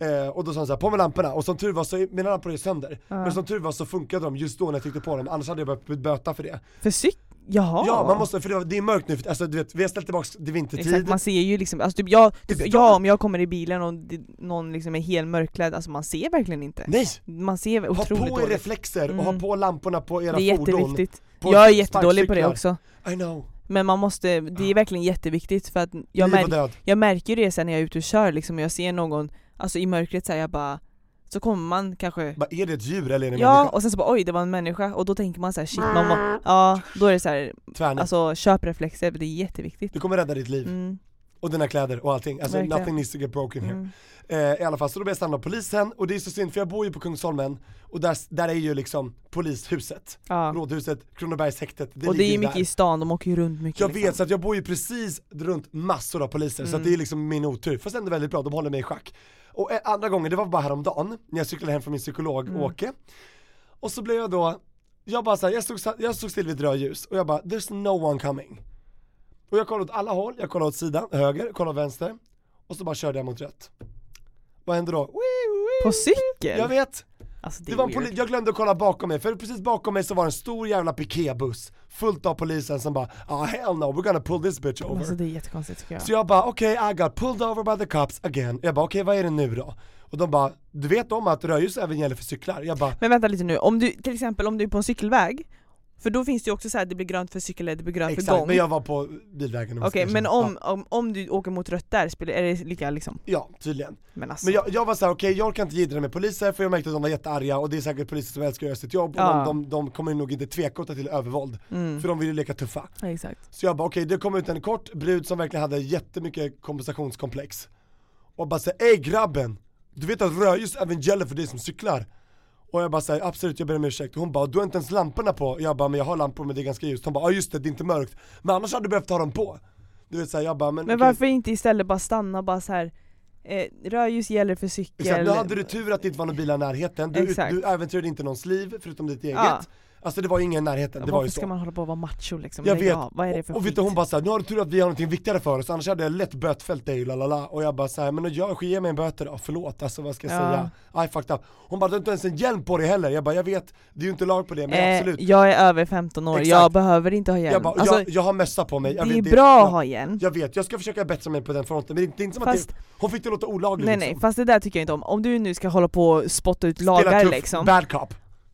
[SPEAKER 3] Eh, och då sa de så här, på med lamporna, och som tur var så, mina lampor är sönder. Men som tur var så funkade de just då när jag tryckte på dem, annars hade jag behövt bli böta för det.
[SPEAKER 4] För cyk... Jaha!
[SPEAKER 3] Ja man måste, för det, var, det är mörkt nu, för, alltså du vet, vi har ställt tillbaka, det är vintertid.
[SPEAKER 4] Exakt, man ser ju liksom, alltså typ jag, typ
[SPEAKER 3] It's
[SPEAKER 4] jag om jag kommer i bilen och det, någon liksom är helt mörkklädd, alltså man ser verkligen inte.
[SPEAKER 3] Nej!
[SPEAKER 4] Man ser
[SPEAKER 3] Ha
[SPEAKER 4] otroligt
[SPEAKER 3] på er
[SPEAKER 4] dåligt.
[SPEAKER 3] reflexer och
[SPEAKER 4] Mm.
[SPEAKER 3] ha på lamporna på era
[SPEAKER 4] Det är
[SPEAKER 3] fordon.
[SPEAKER 4] jätteviktigt.
[SPEAKER 3] på
[SPEAKER 4] Jag är jättedålig på det
[SPEAKER 3] sparkcyklar.
[SPEAKER 4] också.
[SPEAKER 3] I know.
[SPEAKER 4] Men man måste, det är verkligen jätteviktigt för att jag,
[SPEAKER 3] Liv och
[SPEAKER 4] mär,
[SPEAKER 3] död.
[SPEAKER 4] jag märker ju det sen när jag är ute och kör liksom, och jag ser någon, alltså i mörkret så här, jag bara, så kommer man kanske
[SPEAKER 3] Bara, är det ett djur eller är det en
[SPEAKER 4] Ja,
[SPEAKER 3] människa?
[SPEAKER 4] och sen så bara oj det var en människa och då tänker man så här, shit man må, ja då är det så här,
[SPEAKER 3] Tvärnit.
[SPEAKER 4] alltså köp reflexer, det är jätteviktigt.
[SPEAKER 3] Du kommer rädda ditt liv
[SPEAKER 4] Mm,
[SPEAKER 3] och dina kläder och allting. Alltså
[SPEAKER 4] Verkligen.
[SPEAKER 3] nothing needs to get broken here.
[SPEAKER 4] mm.
[SPEAKER 3] Eh, I alla fall, så då blev jag stannad av polisen och det är så synd för jag bor ju på Kungsholmen och där, där är ju liksom polishuset,
[SPEAKER 4] Ja.
[SPEAKER 3] rådhuset, Kronobergshäktet, det
[SPEAKER 4] Och det
[SPEAKER 3] ligger
[SPEAKER 4] är ju
[SPEAKER 3] där.
[SPEAKER 4] mycket i stan, de åker ju runt mycket.
[SPEAKER 3] Jag
[SPEAKER 4] liksom. Mm.
[SPEAKER 3] vet, så att jag bor ju precis runt massor av poliser, så att det är liksom min otur. Fast ändå väldigt bra, de håller mig i schack. Och eh, andra gången, det var bara häromdagen, när jag cyklade hem från min psykolog,
[SPEAKER 4] Mm.
[SPEAKER 3] Åke. Och så blev jag då, jag bara så här, jag stod, sa- jag stod still vid ett rödljus och jag bara, there's no one coming. Och jag kollade åt alla håll, jag kollade åt sidan, höger, kollade åt vänster. Och så bara körde jag mot rött. Vad hände då? Wee, wee.
[SPEAKER 4] På cykel?
[SPEAKER 3] Jag vet!
[SPEAKER 4] alltså, det
[SPEAKER 3] Det
[SPEAKER 4] är
[SPEAKER 3] var en
[SPEAKER 4] weird.
[SPEAKER 3] poli- jag glömde att kolla bakom mig, för precis bakom mig så var det en stor jävla piketbuss fullt av polisen som bara ah hell no, we're gonna pull this bitch over.
[SPEAKER 4] Alltså det är jättekonstigt tycker jag.
[SPEAKER 3] Så jag bara okej, I got pulled over by the cops again. Jag bara okej, vad är det nu då? Och de bara, du vet om att rödljus även gäller för cyklar? Jag bara,
[SPEAKER 4] Men vänta lite nu, om du till exempel om du är på en cykelväg, för då finns det ju också så här, det blir grönt för cykel eller det blir grönt för
[SPEAKER 3] exakt,
[SPEAKER 4] gång.
[SPEAKER 3] men jag var på bilvägen. om jag ska
[SPEAKER 4] Okej men
[SPEAKER 3] erkänna.
[SPEAKER 4] om, om, om du åker mot rött där, spelar, är det lika liksom?
[SPEAKER 3] Ja, ja, tydligen.
[SPEAKER 4] Men alltså,
[SPEAKER 3] Men jag, jag var såhär, okej jag orkar inte jiddra med poliser för jag märkte att de var jättearga och det är säkert poliser som älskar att göra sitt jobb och
[SPEAKER 4] Ja. Mm.
[SPEAKER 3] de, de, de kommer nog inte tveka att ta till övervåld. För de vill ju leka tuffa.
[SPEAKER 4] ja, exakt.
[SPEAKER 3] Så jag bara okej, det kom ut en kort brud som verkligen hade jättemycket kompensationskomplex. och bara säger 'Ey grabben, du vet att rödljus även gäller för dig som cyklar' Och jag bara säger absolut jag ber om ursäkt, hon bara 'Du har inte ens lamporna på' Jag bara 'Men jag har lampor men det är ganska ljust' Hon bara 'Ja just det, det är inte mörkt' Men annars hade du behövt ha dem på Du vet såhär, jag bara 'Men,
[SPEAKER 4] Men
[SPEAKER 3] okej."
[SPEAKER 4] varför inte istället bara stanna och bara så här. Eh, rödljus gäller för cykel.
[SPEAKER 3] Exakt, då hade du tur att det inte var någon bil i närheten, du,
[SPEAKER 4] Exakt.
[SPEAKER 3] du äventyrade inte någons liv förutom ditt eget
[SPEAKER 4] Ja.
[SPEAKER 3] Alltså det var ju ingen i närheten, det var
[SPEAKER 4] Varför
[SPEAKER 3] ju
[SPEAKER 4] ska
[SPEAKER 3] så
[SPEAKER 4] man hålla på och vara macho liksom?
[SPEAKER 3] Jag
[SPEAKER 4] Lägg
[SPEAKER 3] vet,
[SPEAKER 4] av. Vad är det för
[SPEAKER 3] och, och vet
[SPEAKER 4] skit?
[SPEAKER 3] du hon bara såhär, nu har du tur att vi har någonting viktigare för oss annars hade jag lätt bötfällt dig lalala och jag bara såhär, men då gör, ge mig en böter då, förlåt alltså vad ska jag
[SPEAKER 4] Ja.
[SPEAKER 3] säga? I fucked up Hon bara, du har inte ens en hjälm på dig heller, jag bara jag vet, det är ju inte lag på det men
[SPEAKER 4] eh,
[SPEAKER 3] absolut
[SPEAKER 4] jag är över 15 år,
[SPEAKER 3] Exakt.
[SPEAKER 4] jag behöver inte ha hjälm.
[SPEAKER 3] jag, bara,
[SPEAKER 4] alltså,
[SPEAKER 3] jag, jag har mössa på mig, jag
[SPEAKER 4] det är
[SPEAKER 3] vet,
[SPEAKER 4] ju bra att
[SPEAKER 3] ja,
[SPEAKER 4] ha hjälm.
[SPEAKER 3] Jag vet, jag ska försöka bättra mig på den fronten men det är inte- det är inte som
[SPEAKER 4] Fast-
[SPEAKER 3] att det, hon fick det låta olagligt
[SPEAKER 4] Nej
[SPEAKER 3] liksom.
[SPEAKER 4] nej, fast det där tycker jag inte om. Om du nu ska hålla på och spotta ut
[SPEAKER 3] Spela
[SPEAKER 4] lagar
[SPEAKER 3] tuff,
[SPEAKER 4] liksom,
[SPEAKER 3] bad cop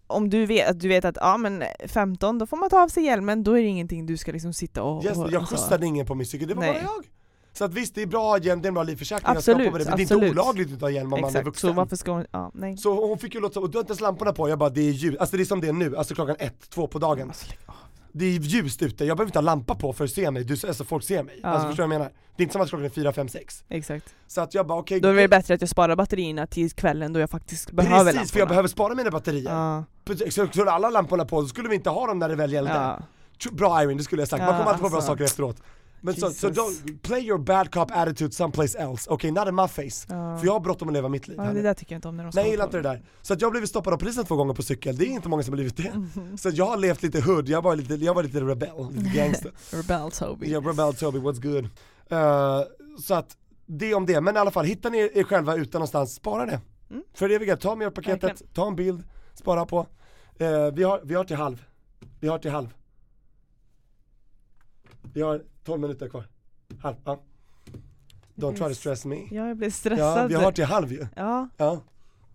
[SPEAKER 4] om du vet, att du vet att ja men 15 då får man ta av sig hjälmen, då är det ingenting du ska liksom sitta och...
[SPEAKER 3] Yes,
[SPEAKER 4] och
[SPEAKER 3] jag
[SPEAKER 4] alltså.
[SPEAKER 3] skjutsade ingen på min cykel, det var
[SPEAKER 4] Nej.
[SPEAKER 3] bara jag. Så att visst, det är bra att ha hjälm, det är en bra livförsäkring att
[SPEAKER 4] Absolut,
[SPEAKER 3] skapa med det, men det är
[SPEAKER 4] absolut.
[SPEAKER 3] inte olagligt att ha hjälm om man är
[SPEAKER 4] Exakt,
[SPEAKER 3] vuxen.
[SPEAKER 4] så
[SPEAKER 3] Så,
[SPEAKER 4] varför ska hon... Ja, nej.
[SPEAKER 3] hon fick ju låta och du har inte ens lamporna på, jag bara det är ljus, alltså det är som det är nu, alltså klockan ett, två på dagen.
[SPEAKER 4] Alltså, lägg av.
[SPEAKER 3] Det är ljust ute, jag behöver inte ha lampa på för att se mig, du, alltså folk ser mig.
[SPEAKER 4] Ja.
[SPEAKER 3] Alltså förstår du vad jag menar? Det är inte som att klockan är fyra, fem, sex.
[SPEAKER 4] Exakt.
[SPEAKER 3] Så att jag bara okej,
[SPEAKER 4] Då är det bättre att jag sparar batterierna till kvällen då jag faktiskt behöver
[SPEAKER 3] precis för jag
[SPEAKER 4] lamporna.
[SPEAKER 3] behöver spara mina batterier.
[SPEAKER 4] Ja,
[SPEAKER 3] Precis, Så Skulle alla lamporna på, då skulle vi inte ha dem när det väl gällde.
[SPEAKER 4] ja.
[SPEAKER 3] Tjo- Bra Irene, det skulle jag sagt. Man
[SPEAKER 4] Ja,
[SPEAKER 3] kommer alltid på bra
[SPEAKER 4] alltså.
[SPEAKER 3] saker efteråt. Men så, så
[SPEAKER 4] Jesus.
[SPEAKER 3] don't, play your bad cop attitude someplace else, okay? Not in my face.
[SPEAKER 4] Ja.
[SPEAKER 3] För jag har bråttom att leva mitt liv.
[SPEAKER 4] ja,
[SPEAKER 3] här
[SPEAKER 4] det
[SPEAKER 3] nu.
[SPEAKER 4] där tycker jag inte om när de
[SPEAKER 3] Nej
[SPEAKER 4] ska
[SPEAKER 3] jag gillar inte
[SPEAKER 4] hålla
[SPEAKER 3] det där. Så att jag har blivit stoppad av polisen två gånger på cykel, det är inte många som har blivit det.
[SPEAKER 4] Mhm.
[SPEAKER 3] Så att jag har levt lite hood, jag var lite, jag var lite rebell,
[SPEAKER 4] [laughs]
[SPEAKER 3] lite gangster.
[SPEAKER 4] på det. Rebel Toby.
[SPEAKER 3] yeah, rebel Toby, what's good? Eh, så att, det om det. Men i alla fall, hittar ni er själva ute någonstans, spara det.
[SPEAKER 4] Mm.
[SPEAKER 3] För det är ta mjölkpaketet,
[SPEAKER 4] Verkligen.
[SPEAKER 3] ta en bild, spara på. Eh, vi, har, vi har till halv. Vi har till halv. Vi har 12 minuter kvar. Halv, ja. Don't try to stress me.
[SPEAKER 4] Ja, jag blev stressad.
[SPEAKER 3] Ja, vi har till halv ju.
[SPEAKER 4] Ja,
[SPEAKER 3] Ja,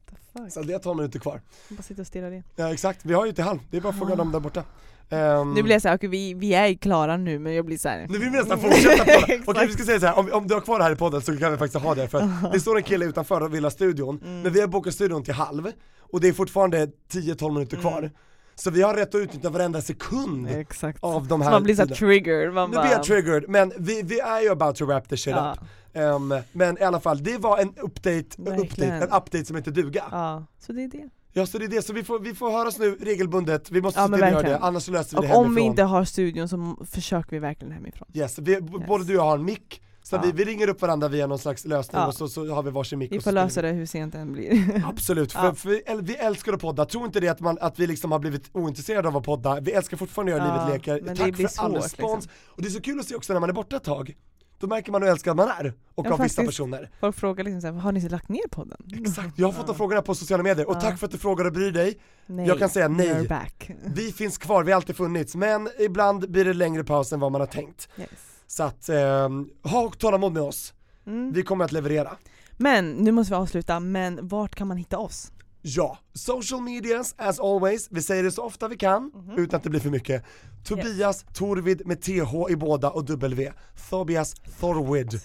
[SPEAKER 4] the fuck.
[SPEAKER 3] så det är 12 minuter kvar.
[SPEAKER 4] Jag bara sitter och stirrar in.
[SPEAKER 3] Ja exakt, vi har ju till halv, det är bara att fråga dem där borta Ehm,
[SPEAKER 4] Nu blir jag såhär, okej vi, vi är klara nu men jag blir såhär
[SPEAKER 3] Nu vill vi nästan fortsätta
[SPEAKER 4] [laughs]
[SPEAKER 3] på det. Okej vi
[SPEAKER 4] Exakt.
[SPEAKER 3] ska säga så här. Om, om du har kvar det här i podden så kan vi faktiskt ha det för att det står en kille utanför och vill ha studion,
[SPEAKER 4] Mm.
[SPEAKER 3] men vi har bokat studion till halv och det är fortfarande 10-12 minuter kvar
[SPEAKER 4] Mm.
[SPEAKER 3] Så vi har rätt att utnyttja varenda sekund
[SPEAKER 4] Exakt.
[SPEAKER 3] av de
[SPEAKER 4] Så
[SPEAKER 3] här
[SPEAKER 4] man blir såhär
[SPEAKER 3] tiden.
[SPEAKER 4] triggered, man
[SPEAKER 3] Nu blir jag
[SPEAKER 4] bara
[SPEAKER 3] triggered, men vi, vi är ju about to wrap the shit
[SPEAKER 4] Ja.
[SPEAKER 3] up Ehm, Men i alla fall, det var en update, en update,
[SPEAKER 4] Verkligen.
[SPEAKER 3] en update som heter duga
[SPEAKER 4] Ja, så det är det.
[SPEAKER 3] Ja så det är det, så vi får, vi får höras nu regelbundet, vi måste
[SPEAKER 4] Ja,
[SPEAKER 3] se
[SPEAKER 4] men
[SPEAKER 3] till att göra det,
[SPEAKER 4] verkligen.
[SPEAKER 3] annars så löser vi
[SPEAKER 4] Och
[SPEAKER 3] det
[SPEAKER 4] om vi
[SPEAKER 3] hemifrån.
[SPEAKER 4] inte har studion så m- försöker vi verkligen hemifrån.
[SPEAKER 3] Yes, vi, b- både du och jag har en mick, så
[SPEAKER 4] Ja.
[SPEAKER 3] vi, vi ringer upp varandra via någon slags lösning
[SPEAKER 4] Ja.
[SPEAKER 3] och så, så har vi varsin mick
[SPEAKER 4] Vi får
[SPEAKER 3] och så spelar
[SPEAKER 4] lösa
[SPEAKER 3] vi.
[SPEAKER 4] det hur sent det än blir.
[SPEAKER 3] Absolut, för,
[SPEAKER 4] Ja.
[SPEAKER 3] för vi, äl- vi älskar att podda, tro inte det att, man, att vi liksom har blivit ointresserade av att podda, vi älskar fortfarande att göra
[SPEAKER 4] Ja,
[SPEAKER 3] livet leker,
[SPEAKER 4] men det
[SPEAKER 3] tack
[SPEAKER 4] blir
[SPEAKER 3] för all
[SPEAKER 4] svårt, liksom.
[SPEAKER 3] respons Och det är så kul att se också när man är borta ett tag, då märker man hur älskad man är, [laughs] och
[SPEAKER 4] Ja,
[SPEAKER 3] av vissa
[SPEAKER 4] faktiskt.
[SPEAKER 3] personer
[SPEAKER 4] Folk frågar liksom såhär, har ni lagt ner podden?
[SPEAKER 3] Exakt, jag har fått de frågorna på sociala medier, och
[SPEAKER 4] Ja.
[SPEAKER 3] tack för att du frågar och bryr dig
[SPEAKER 4] [laughs] Nej,
[SPEAKER 3] Jag kan säga nej.
[SPEAKER 4] You're back.
[SPEAKER 3] Vi finns kvar, vi har alltid funnits, men ibland blir det längre paus än vad man har tänkt
[SPEAKER 4] Yes.
[SPEAKER 3] Så att, ehm, ha tålamod med oss,
[SPEAKER 4] Mm.
[SPEAKER 3] vi kommer att leverera
[SPEAKER 4] Men nu måste vi avsluta, men vart kan man hitta oss?
[SPEAKER 3] Ja, social medias as always, vi säger det så ofta vi kan utan att det blir för mycket. Tobias Torvid med TH i båda och W. Tobias Thorwid,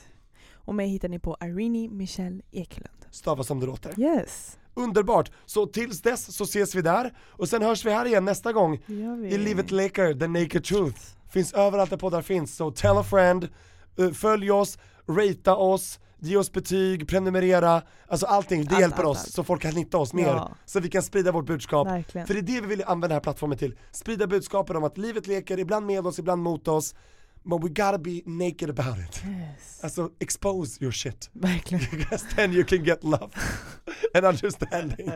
[SPEAKER 4] Och mig hittar ni på Irene Michelle Ekelund.
[SPEAKER 3] stavas som det låter.
[SPEAKER 4] Yes,
[SPEAKER 3] Underbart! Så tills dess så ses vi där och sen hörs vi här igen nästa gång
[SPEAKER 4] det gör vi.
[SPEAKER 3] i Livet Leker, The Naked Truth. Finns överallt där poddar finns, så tell a friend, eh, följ oss, ratea oss, ge oss betyg, prenumerera, alltså allting, det
[SPEAKER 4] Allt,
[SPEAKER 3] hjälper
[SPEAKER 4] allt,
[SPEAKER 3] oss
[SPEAKER 4] allt.
[SPEAKER 3] så folk kan hitta oss mer.
[SPEAKER 4] Ja.
[SPEAKER 3] Så vi kan sprida vårt budskap.
[SPEAKER 4] Verkligen.
[SPEAKER 3] För det är det vi vill använda den här plattformen till. Sprida budskapet om att livet leker, ibland med oss, ibland mot oss. But we gotta be naked about it.
[SPEAKER 4] Yes.
[SPEAKER 3] Alltså expose your shit.
[SPEAKER 4] [laughs] Verkligen.
[SPEAKER 3] Because then you can
[SPEAKER 4] [laughs]
[SPEAKER 3] get love and understanding.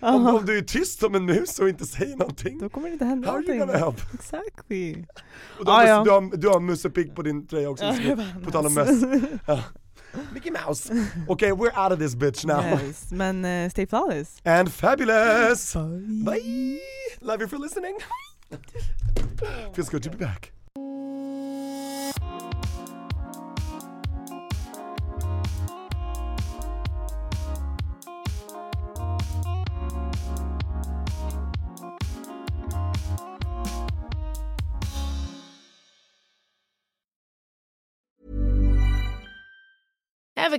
[SPEAKER 3] om, om du är tyst som en mus och inte säger någonting,
[SPEAKER 4] Då kommer det inte hända
[SPEAKER 3] how are you gonna
[SPEAKER 4] någonting.
[SPEAKER 3] help?
[SPEAKER 4] Exactly.
[SPEAKER 3] Och du,
[SPEAKER 4] Ah,
[SPEAKER 3] har,
[SPEAKER 4] ja.
[SPEAKER 3] du, har, du har Musse Pigg på din tröja också,
[SPEAKER 4] Ja, jag
[SPEAKER 3] på tal om möss.
[SPEAKER 4] möss.
[SPEAKER 3] Ja. Mickey Mouse.
[SPEAKER 4] [laughs]
[SPEAKER 3] Okej, okay, we're out of this bitch now.
[SPEAKER 4] Yes. Men eh, stay flawless.
[SPEAKER 3] And fabulous! Bye! Love you for
[SPEAKER 4] [laughs]
[SPEAKER 3] listening. Feels good to be back.
[SPEAKER 6] Ever